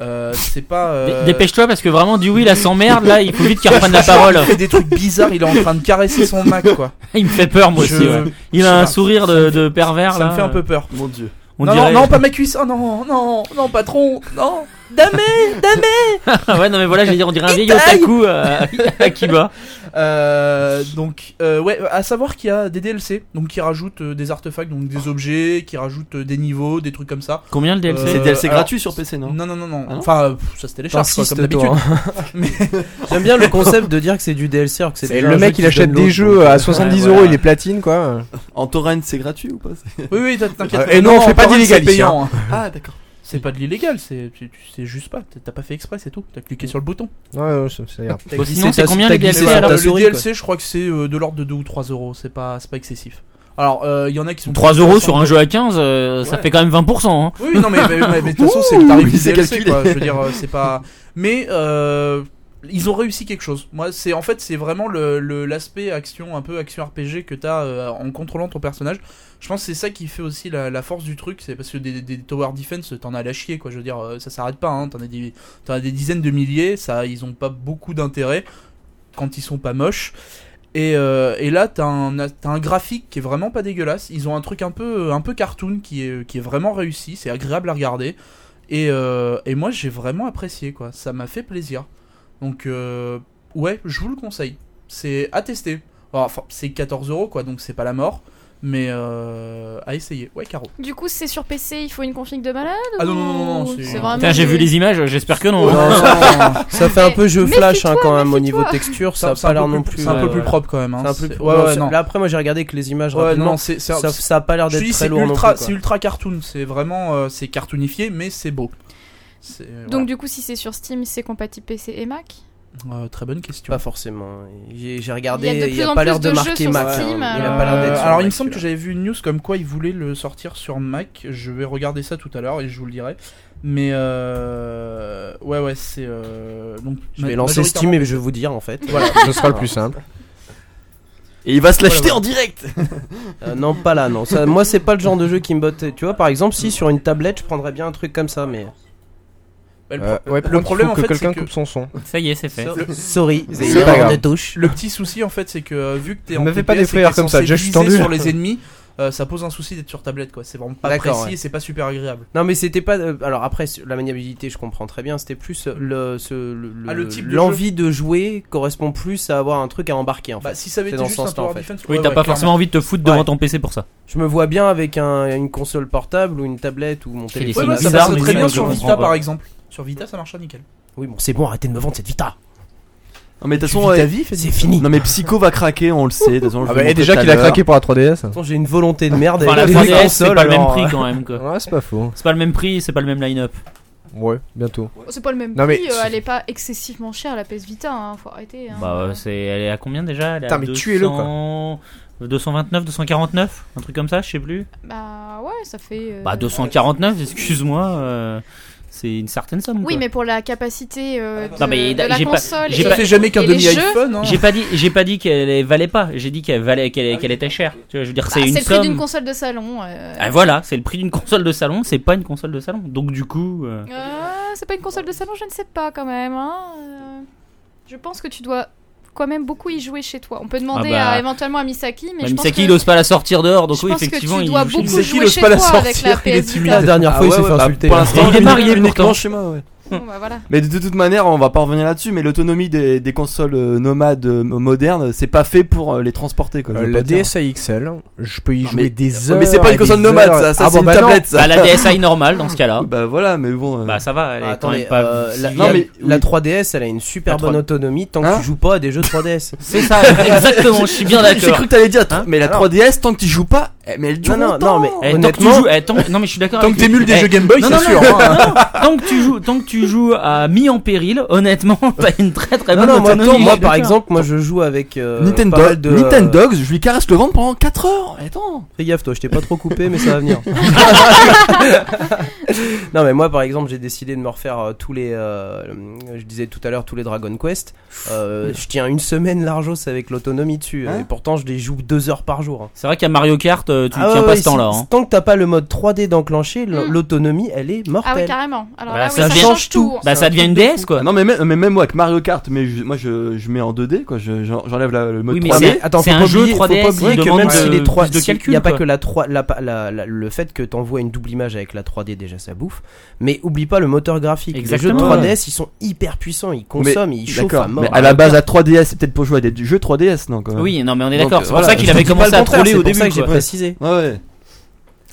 Speaker 3: Euh, c'est pas. euh,
Speaker 2: Dé- Dépêche-toi parce que vraiment, Dewey là s'emmerde là, il faut vite qu'il reprenne la parole.
Speaker 3: Il fait des trucs bizarres. Il est en train de caresser son Mac, quoi.
Speaker 2: Il me fait peur moi
Speaker 3: Je-
Speaker 2: aussi. ouais. Il
Speaker 3: je
Speaker 2: a
Speaker 3: sais
Speaker 2: un
Speaker 3: pas.
Speaker 2: sourire de, de pervers
Speaker 3: ça
Speaker 2: là. euh,
Speaker 3: me fait un peu peur.
Speaker 6: Mon dieu.
Speaker 2: On
Speaker 3: non,
Speaker 2: dirait.
Speaker 3: non, non, pas ma cuisse. Oh non, non, non, patron, non. Damé, damé.
Speaker 2: Ah ouais, non mais voilà, j'allais dire, on dirait un vieil
Speaker 3: taille
Speaker 2: otaku euh, à Kiba.
Speaker 3: Euh, donc, euh, ouais, à savoir qu'il y a des DLC, donc qui rajoutent euh, des artefacts, donc des objets, qui rajoutent euh, des niveaux, des trucs comme ça.
Speaker 2: Combien le
Speaker 3: Euh,
Speaker 2: DLC
Speaker 6: C'est DLC
Speaker 3: alors-
Speaker 6: gratuit sur PC, non
Speaker 3: Non, non, non, non.
Speaker 6: Ah non
Speaker 3: enfin, euh, pff, ça se télécharge quoi, comme
Speaker 7: T'insistes
Speaker 3: d'habitude.
Speaker 7: toi. hein. J'aime bien le concept de dire que c'est du DLC alors que c'est
Speaker 1: C'est
Speaker 7: déjà
Speaker 1: le
Speaker 7: un jeu
Speaker 1: mec,
Speaker 7: qui
Speaker 1: il
Speaker 7: donne
Speaker 1: achète des
Speaker 7: l'autre, donc,
Speaker 1: jeux
Speaker 7: euh,
Speaker 1: à 70
Speaker 2: ouais,
Speaker 1: euros,
Speaker 2: voilà.
Speaker 1: il est platine quoi.
Speaker 6: En torrent, c'est gratuit ou pas c'est-
Speaker 3: Oui, oui, t'inquiète.
Speaker 1: Et non, on fait pas
Speaker 3: par contre,
Speaker 1: d'illégal
Speaker 3: c'est
Speaker 1: ici, hein.
Speaker 3: payant, hein.
Speaker 6: Ah, d'accord.
Speaker 3: C'est pas de l'illégal, c'est tu- tu sais juste pas. T'as- T'as pas fait exprès, c'est tout. T'as cliqué sur le bouton.
Speaker 1: Ouais, ouais, ça ça ira.
Speaker 7: t'as
Speaker 2: Bon,
Speaker 7: glissé
Speaker 2: sinon, c'est
Speaker 7: ta-
Speaker 2: combien
Speaker 7: t'as
Speaker 2: les
Speaker 7: glissé
Speaker 2: DLC,
Speaker 7: sur
Speaker 3: Voilà,
Speaker 2: alors
Speaker 7: ta
Speaker 3: le
Speaker 7: souris, quoi.
Speaker 3: DLC, je crois que c'est euh, de l'ordre de 2 ou 3 euros. C'est pas, c'est pas excessif. Alors, euh, il y en a qui sont
Speaker 2: 3 euros sur
Speaker 3: 60.
Speaker 2: un jeu à 15, euh, ça
Speaker 6: Ouais.
Speaker 2: fait quand même 20%. Hein.
Speaker 3: Oui, oui, non, mais mais- mais- mais de toute façon, c'est le tarif
Speaker 6: Ouh,
Speaker 3: du
Speaker 6: c'est
Speaker 3: DLC,
Speaker 6: calculé.
Speaker 3: quoi. Je veux dire, euh, c'est pas. Mais euh, ils ont réussi quelque chose. Moi, c'est en fait, c'est vraiment le- le- l'aspect action, un peu action RPG que t'as euh, en contrôlant ton personnage. Je pense que c'est ça qui fait aussi la, la force du truc. C'est parce que des, des- des tower defense, t'en as la chier, quoi. Je veux dire, euh, ça s'arrête pas. Hein. T'en as des, t'en as des dizaines de milliers. Ça, ils ont pas beaucoup d'intérêt quand ils sont pas moches. Et, euh, et là, t'as un, t'as un graphique qui est vraiment pas dégueulasse. Ils ont un truc un peu, un peu cartoon qui est, qui est vraiment réussi. C'est agréable à regarder. Et, euh, et moi, j'ai vraiment apprécié, quoi. Ça m'a fait plaisir. Donc, euh, ouais, je vous le conseille. C'est à tester. Alors, enfin, c'est 14 euros quoi, donc c'est pas la mort. Mais euh, à essayer. Ouais, carreau.
Speaker 4: Du coup, c'est sur PC, il faut une config de malade
Speaker 3: Ah non, non, non, non,
Speaker 4: ou
Speaker 3: c'est-
Speaker 4: c'est vraiment
Speaker 2: Putain, j'ai vu
Speaker 4: des-
Speaker 2: les images, j'espère que non. hein.
Speaker 7: Non, ça, ça fait un peu jeu
Speaker 4: Méfie-toi,
Speaker 7: flash hein, quand même au niveau
Speaker 4: méfie-toi.
Speaker 7: texture,
Speaker 3: C'est
Speaker 7: ça
Speaker 3: un-
Speaker 7: a
Speaker 3: c'est
Speaker 7: pas
Speaker 3: un
Speaker 7: l'air
Speaker 3: peu
Speaker 7: non
Speaker 3: plus-
Speaker 7: plus.
Speaker 3: C'est un peu
Speaker 7: ouais,
Speaker 3: plus propre quand même. hein.
Speaker 7: C'est un peu
Speaker 3: C'est-
Speaker 7: plus-
Speaker 3: ouais,
Speaker 7: non,
Speaker 3: ouais,
Speaker 7: c'est-
Speaker 3: non.
Speaker 7: Là après moi j'ai regardé que les images
Speaker 3: Ouais, non,
Speaker 7: rapidement.
Speaker 3: non, c'est c'est-
Speaker 7: ça,
Speaker 3: c'est-
Speaker 7: ça a pas l'air
Speaker 3: je te
Speaker 7: d'être
Speaker 3: dis,
Speaker 7: très
Speaker 3: c'est
Speaker 7: lourd
Speaker 3: ultra,
Speaker 7: non plus.
Speaker 3: c'est ultra cartoon. C'est vraiment, euh, c'est cartoonifié, mais c'est beau. C'est-
Speaker 4: Donc du coup, si c'est sur Steam, c'est compatible PC et Mac
Speaker 3: voilà. Euh, très bonne question.
Speaker 7: Pas forcément. J'ai j'ai regardé,
Speaker 4: Il y a de
Speaker 7: il
Speaker 4: plus
Speaker 7: a,
Speaker 4: en
Speaker 7: pas
Speaker 4: plus
Speaker 7: l'air de,
Speaker 4: de jeux
Speaker 7: marquer
Speaker 4: sur
Speaker 7: Mac.
Speaker 4: Steam,
Speaker 7: hein. Il
Speaker 4: alors.
Speaker 7: a pas l'air d'être
Speaker 3: Euh,
Speaker 7: sur
Speaker 3: alors il
Speaker 7: Mac,
Speaker 3: me semble que
Speaker 7: celui-là.
Speaker 3: j'avais vu une news comme quoi ils voulaient le sortir sur Mac. Je vais regarder ça tout à l'heure et je vous le dirai. Mais euh... ouais ouais c'est euh... donc
Speaker 7: Je vais lancer Steam et je vais vous dire en fait.
Speaker 3: Voilà.
Speaker 1: Ce sera le plus simple.
Speaker 6: Et il va se
Speaker 3: Ouais,
Speaker 6: l'acheter
Speaker 3: ouais.
Speaker 6: en direct
Speaker 7: Euh, non, pas là, non. Ça, moi, c'est pas le genre de jeu qui me botte. Tu vois, par exemple, si sur une tablette, je prendrais bien un truc comme ça, mais.
Speaker 3: Bah, le, pro-
Speaker 1: Euh, ouais,
Speaker 3: le problème
Speaker 1: faut
Speaker 3: en
Speaker 1: que
Speaker 3: fait c'est
Speaker 1: quelqu'un
Speaker 3: que
Speaker 1: coupe son son.
Speaker 2: Ça y est, c'est fait.
Speaker 7: Sorry,
Speaker 1: C'est pas grave.
Speaker 7: touche.
Speaker 3: le petit souci en fait c'est que euh, vu que t'es
Speaker 1: Ne
Speaker 3: en
Speaker 1: me fais pas
Speaker 3: TPS et
Speaker 1: des frayeurs
Speaker 3: que t'es
Speaker 1: comme ça,
Speaker 3: censé
Speaker 1: déjà, je suis
Speaker 3: viser
Speaker 1: tendu.
Speaker 3: sur les ennemis, euh, ça pose un souci d'être sur tablette quoi. C'est vraiment pas
Speaker 7: D'accord,
Speaker 3: précis
Speaker 7: ouais.
Speaker 3: et c'est pas super agréable.
Speaker 7: Non, mais c'était pas. euh, alors après, sur la maniabilité, je comprends très bien. C'était plus euh, le, ce, le,
Speaker 3: Ah, le type de
Speaker 7: l'envie de jouer correspond plus à avoir un truc à embarquer. En fait.
Speaker 3: Bah si ça avait
Speaker 7: c'est
Speaker 3: été
Speaker 7: dans
Speaker 3: juste
Speaker 7: ce
Speaker 3: un
Speaker 7: sens-là,
Speaker 3: Tower
Speaker 7: en fait.
Speaker 3: Defense.
Speaker 2: Oui,
Speaker 3: ouais,
Speaker 2: t'as
Speaker 3: ouais,
Speaker 2: pas
Speaker 3: clairement.
Speaker 2: forcément envie de te foutre devant
Speaker 7: Ouais.
Speaker 2: ton PC pour ça.
Speaker 7: Je me vois bien avec un- une console portable ou une tablette ou mon
Speaker 2: Qui
Speaker 3: Ouais,
Speaker 2: est
Speaker 7: téléphone. bah,
Speaker 2: des
Speaker 3: ouais,
Speaker 7: là.
Speaker 3: ça
Speaker 2: bizarre,
Speaker 3: passe
Speaker 2: mais
Speaker 3: très
Speaker 2: ça,
Speaker 3: bien
Speaker 2: je
Speaker 3: sur
Speaker 2: comprends
Speaker 3: Vita
Speaker 2: pas.
Speaker 3: par exemple. Sur Vita ça marchera nickel.
Speaker 7: Oui, bon, c'est bon. Arrêtez de me vendre cette Vita.
Speaker 6: Non mais de toute façon,
Speaker 7: Vis ta
Speaker 6: ouais,
Speaker 7: vie, fais- c'est fini.
Speaker 6: non mais Psycho va craquer, on le sait. de toute façon,
Speaker 1: Ah
Speaker 6: je le
Speaker 1: bah,
Speaker 6: montrais
Speaker 1: et déjà
Speaker 6: tout à
Speaker 1: qu'il a
Speaker 6: l'heure.
Speaker 1: craqué pour la 3DS.
Speaker 7: Attends, J'ai une volonté de merde.
Speaker 2: Enfin, la
Speaker 7: avec les
Speaker 2: 3DS, c'est
Speaker 7: consoles,
Speaker 2: pas le même
Speaker 7: alors,
Speaker 1: euh.
Speaker 2: prix quand même, quoi.
Speaker 1: Ouais, c'est pas faux.
Speaker 2: C'est pas le même prix, c'est pas le même line-up.
Speaker 1: Ouais, bientôt.
Speaker 4: C'est pas le même
Speaker 1: Non, mais
Speaker 4: prix, euh,
Speaker 1: c'est-
Speaker 4: elle est pas excessivement chère la PS Vita, hein, faut arrêter. hein.
Speaker 2: Bah, euh, c'est, elle est à combien déjà Elle est à
Speaker 1: Putain, mais tuez-le, quoi.
Speaker 2: 200, 229, 249 Un truc comme ça, je sais plus.
Speaker 4: Bah ouais, ça fait. euh,
Speaker 2: Bah, 249, excuse-moi. euh, c'est une certaine somme.
Speaker 4: Oui,
Speaker 2: quoi.
Speaker 4: mais pour la capacité euh, de,
Speaker 2: Non, mais
Speaker 4: de la
Speaker 2: j'ai pas-
Speaker 4: console.
Speaker 2: j'ai
Speaker 4: et- Bah,
Speaker 3: Ça
Speaker 2: pas-
Speaker 3: fait jamais qu'un
Speaker 4: et les
Speaker 3: demi
Speaker 4: jeux-
Speaker 3: iPhone. hein.
Speaker 2: J'ai pas dit, j'ai pas dit qu'elle valait pas. J'ai dit qu'elle valait, qu'elle, qu'elle était chère. Tu vois, je veux dire,
Speaker 4: bah,
Speaker 2: c'est une
Speaker 4: le prix d'une
Speaker 2: somme.
Speaker 4: console de salon. euh.
Speaker 2: Ah, voilà, c'est le prix d'une console de salon. C'est pas une console de salon. Donc du coup, euh,
Speaker 4: Euh, c'est pas une console de salon, je ne sais pas quand même. hein. Euh, Je pense que tu dois quand même beaucoup y jouer chez toi. On peut demander
Speaker 2: Ah bah,
Speaker 4: à, éventuellement à Misaki, mais
Speaker 2: bah,
Speaker 4: je pense
Speaker 2: Misaki, il
Speaker 4: que-
Speaker 2: ose pas la sortir dehors. Donc
Speaker 4: je
Speaker 2: oui,
Speaker 4: pense que
Speaker 2: effectivement,
Speaker 4: tu
Speaker 2: il
Speaker 4: dois
Speaker 2: joue chez
Speaker 4: beaucoup
Speaker 2: lui.
Speaker 4: jouer chez toi avec la PS Vita.
Speaker 7: La dernière
Speaker 6: Ah
Speaker 7: fois,
Speaker 6: ouais,
Speaker 7: il s'est
Speaker 6: ouais,
Speaker 7: fait
Speaker 6: bah,
Speaker 7: insulter.
Speaker 6: Pour l'instant,
Speaker 2: Ah, Il est
Speaker 6: il est
Speaker 2: marié, pourtant.
Speaker 6: uniquement chez moi. Ouais.
Speaker 4: Bon, bah, voilà.
Speaker 6: Mais de toute manière, on va pas revenir là-dessus, mais l'autonomie des, des consoles euh, nomades euh, modernes, c'est pas fait pour euh, les transporter. Quoi, je veux
Speaker 1: la
Speaker 6: pas dire.
Speaker 1: DSi XL, je peux y
Speaker 6: Non,
Speaker 1: jouer
Speaker 6: mais-
Speaker 1: des
Speaker 6: Ouais,
Speaker 1: heures.
Speaker 6: mais c'est pas une
Speaker 1: et
Speaker 6: console
Speaker 1: des
Speaker 6: nomade,
Speaker 1: heures.
Speaker 6: ça, ça
Speaker 1: Ah
Speaker 6: c'est
Speaker 1: bon,
Speaker 6: une
Speaker 1: bah non.
Speaker 6: tablette. Ça.
Speaker 2: Bah, la DSi normale dans ce cas-là.
Speaker 6: Bah voilà, mais bon. euh,
Speaker 2: Bah ça va, elle est
Speaker 7: Ah,
Speaker 2: quand même
Speaker 7: attendez,
Speaker 2: pas.
Speaker 7: euh, la,
Speaker 2: si-
Speaker 6: Non,
Speaker 7: la-
Speaker 6: mais-
Speaker 7: la
Speaker 6: oui.
Speaker 7: 3DS elle a une super
Speaker 2: La
Speaker 7: bonne
Speaker 2: 3D.
Speaker 7: autonomie tant
Speaker 6: Hein
Speaker 7: que tu joues pas à des jeux 3DS.
Speaker 2: C'est ça, exactement, je suis bien
Speaker 6: J'ai
Speaker 2: d'accord.
Speaker 6: cru que t'allais dire,
Speaker 2: Hein
Speaker 6: mais la
Speaker 7: Alors.
Speaker 6: 3DS, tant que tu joues pas, eh, mais elle dure
Speaker 7: Non, non,
Speaker 6: longtemps.
Speaker 7: non, mais
Speaker 2: Eh, tant que tu
Speaker 7: honnêtement,
Speaker 2: joues, eh, tant que- non mais je suis d'accord.
Speaker 3: Tant que
Speaker 2: avec-
Speaker 3: t'émules des
Speaker 2: eh,
Speaker 3: jeux Game Boy,
Speaker 2: non,
Speaker 3: c'est sûr.
Speaker 2: non, non,
Speaker 3: hein.
Speaker 2: non, tant que tu joues, tant que tu joues à mis en péril, honnêtement, t'as une très très
Speaker 7: non,
Speaker 2: Ah, bonne
Speaker 7: non, moi,
Speaker 2: autonomie.
Speaker 7: attends, moi,
Speaker 2: je suis
Speaker 7: par
Speaker 2: d'accord.
Speaker 7: exemple, moi je joue avec euh,
Speaker 6: Nintendo,
Speaker 7: pas mal de, euh,
Speaker 6: Nintendogs, je lui caresse le ventre pendant 4 heures. Attends.
Speaker 7: Fais gaffe toi, je t'ai pas trop coupé mais ça va venir. non mais moi par exemple j'ai décidé de me refaire euh, tous les, euh, je disais tout à l'heure tous les Dragon Quest. Euh, je tiens une semaine largos avec l'autonomie dessus
Speaker 6: Hein
Speaker 7: et pourtant je les joue deux heures par jour. hein.
Speaker 2: C'est vrai qu'à Mario Kart, euh, tu
Speaker 7: Ah
Speaker 2: tiens
Speaker 7: ouais,
Speaker 2: pas
Speaker 7: ouais,
Speaker 2: ce temps-là.
Speaker 7: si-
Speaker 2: hein.
Speaker 7: Tant que t'as pas le mode 3D d'enclencher, l-
Speaker 4: Mm.
Speaker 7: l'autonomie elle est mortelle.
Speaker 4: Ah oui, carrément. Alors
Speaker 2: Bah,
Speaker 4: là, oui,
Speaker 2: ça
Speaker 4: ça,
Speaker 2: change
Speaker 4: change tout.
Speaker 2: Bah ça devient une DS quoi.
Speaker 6: Ah non, mais même, mais même moi, avec Mario Kart, mais je- moi je, je mets en 2D, quoi. je- j'en- J'enlève la- le mode
Speaker 2: Oui, mais
Speaker 6: 3D.
Speaker 2: c'est-
Speaker 7: attends, faut
Speaker 2: c'est un
Speaker 7: pas
Speaker 2: jeu
Speaker 7: oublier- faut
Speaker 2: 3DS,
Speaker 7: pas oublier
Speaker 2: il
Speaker 7: que
Speaker 2: demande
Speaker 7: même si
Speaker 2: de-
Speaker 7: les 3
Speaker 2: plus de
Speaker 7: il n'y
Speaker 2: calcul,
Speaker 7: a pas
Speaker 2: quoi.
Speaker 7: que la 3 la, pa- la- la- le fait que t'envoies une double image avec la 3D déjà ça bouffe, mais oublie pas le moteur graphique.
Speaker 2: Exactement,
Speaker 7: Les jeux de 3DS,
Speaker 2: ouais.
Speaker 7: ils sont hyper puissants, ils consomment, ils chauffent à
Speaker 6: D'accord,
Speaker 7: mort. hein.
Speaker 6: mais à la base, la 3DS, c'est peut-être pour jouer à des jeux 3DS, non, quand même.
Speaker 2: Oui, non mais on est
Speaker 6: Donc,
Speaker 2: d'accord. C'est pour
Speaker 6: voilà,
Speaker 2: ça qu'il
Speaker 6: je
Speaker 2: avait
Speaker 6: dis pas
Speaker 2: commencé
Speaker 6: le
Speaker 2: à
Speaker 6: contraire,
Speaker 2: troller
Speaker 7: c'est
Speaker 2: au
Speaker 7: pour ça
Speaker 2: début.
Speaker 7: que j'ai
Speaker 2: quoi.
Speaker 7: précisé.
Speaker 6: Ouais, ouais.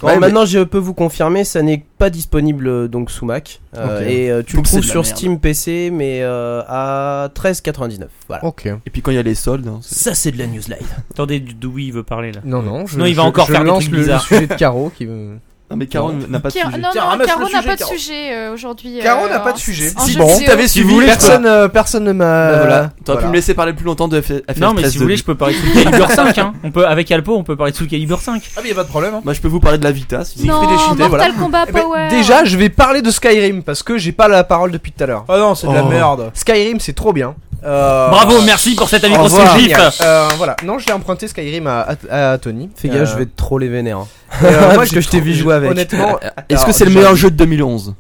Speaker 7: Bon,
Speaker 6: Ouais, mais-
Speaker 7: maintenant, je peux vous confirmer, ça n'est pas disponible euh, donc sous Mac euh,
Speaker 6: Ok.
Speaker 7: et euh, tu
Speaker 6: Donc,
Speaker 7: le
Speaker 6: c'est
Speaker 7: trouves
Speaker 6: de la
Speaker 7: sur
Speaker 6: merde.
Speaker 7: Steam PC mais euh, à 13,99. Voilà.
Speaker 1: Ok.
Speaker 6: Et puis quand il y a les soldes. hein, c'est-
Speaker 7: Ça c'est de la news live.
Speaker 2: Attendez, d'où il veut parler là
Speaker 1: Non, non, je,
Speaker 2: Sinon, il va
Speaker 1: je-
Speaker 2: encore
Speaker 1: je
Speaker 2: faire des
Speaker 1: lance
Speaker 2: trucs
Speaker 1: le, le
Speaker 2: bizarres.
Speaker 1: sujet de Caro qui veut.
Speaker 6: Non, mais Caron n'a pas de
Speaker 4: Tiens,
Speaker 6: sujet.
Speaker 4: non,
Speaker 3: Tiens,
Speaker 4: non,
Speaker 3: ramasse
Speaker 4: Caro
Speaker 3: le
Speaker 4: n'a
Speaker 3: sujet,
Speaker 4: pas de
Speaker 3: Caro.
Speaker 4: sujet euh, aujourd'hui.
Speaker 1: Caro
Speaker 4: euh,
Speaker 1: n'a pas de sujet.
Speaker 4: en
Speaker 1: Si
Speaker 4: jeu
Speaker 1: bon,
Speaker 4: vidéo.
Speaker 6: t'avais
Speaker 1: Si
Speaker 6: suivi,
Speaker 1: vous voulez,
Speaker 6: personne-
Speaker 1: personne, euh, personne ne m'a.
Speaker 6: Bah, voilà. T'aurais
Speaker 1: voilà.
Speaker 6: pu me laisser parler plus longtemps de FF13.
Speaker 2: Non mais si vous voulez, je peux parler de Soul Calibur 5. hein. On peut, avec Alpo, on peut parler de Soul Calibur 5.
Speaker 3: Ah mais y a pas de problème. hein.
Speaker 6: Moi, je peux vous parler de la Vita. si-
Speaker 4: Non,
Speaker 3: des
Speaker 4: Mortal
Speaker 3: chités, voilà.
Speaker 4: Kombat
Speaker 1: Eh ben,
Speaker 4: Power.
Speaker 1: déjà, je vais parler de Skyrim parce que j'ai pas la parole depuis tout à l'heure.
Speaker 3: Ah non, c'est de la
Speaker 6: Oh.
Speaker 3: merde.
Speaker 1: Skyrim, c'est trop bien. Euh,
Speaker 2: Bravo, merci pour cet ami
Speaker 1: au revoir.
Speaker 2: constructif.
Speaker 1: Euh, voilà, non, je l'ai emprunté Skyrim à, à- à Tony.
Speaker 7: Fais gaffe,
Speaker 1: Euh,
Speaker 7: je vais te trop les vénères. hein.
Speaker 1: et, euh, moi,
Speaker 7: parce
Speaker 1: j'ai
Speaker 7: que je t'ai
Speaker 1: trop-
Speaker 7: vu jouer avec.
Speaker 1: Honnêtement,
Speaker 6: Est-ce que
Speaker 1: alors,
Speaker 6: c'est le
Speaker 1: déjà-
Speaker 6: meilleur jeu de 2011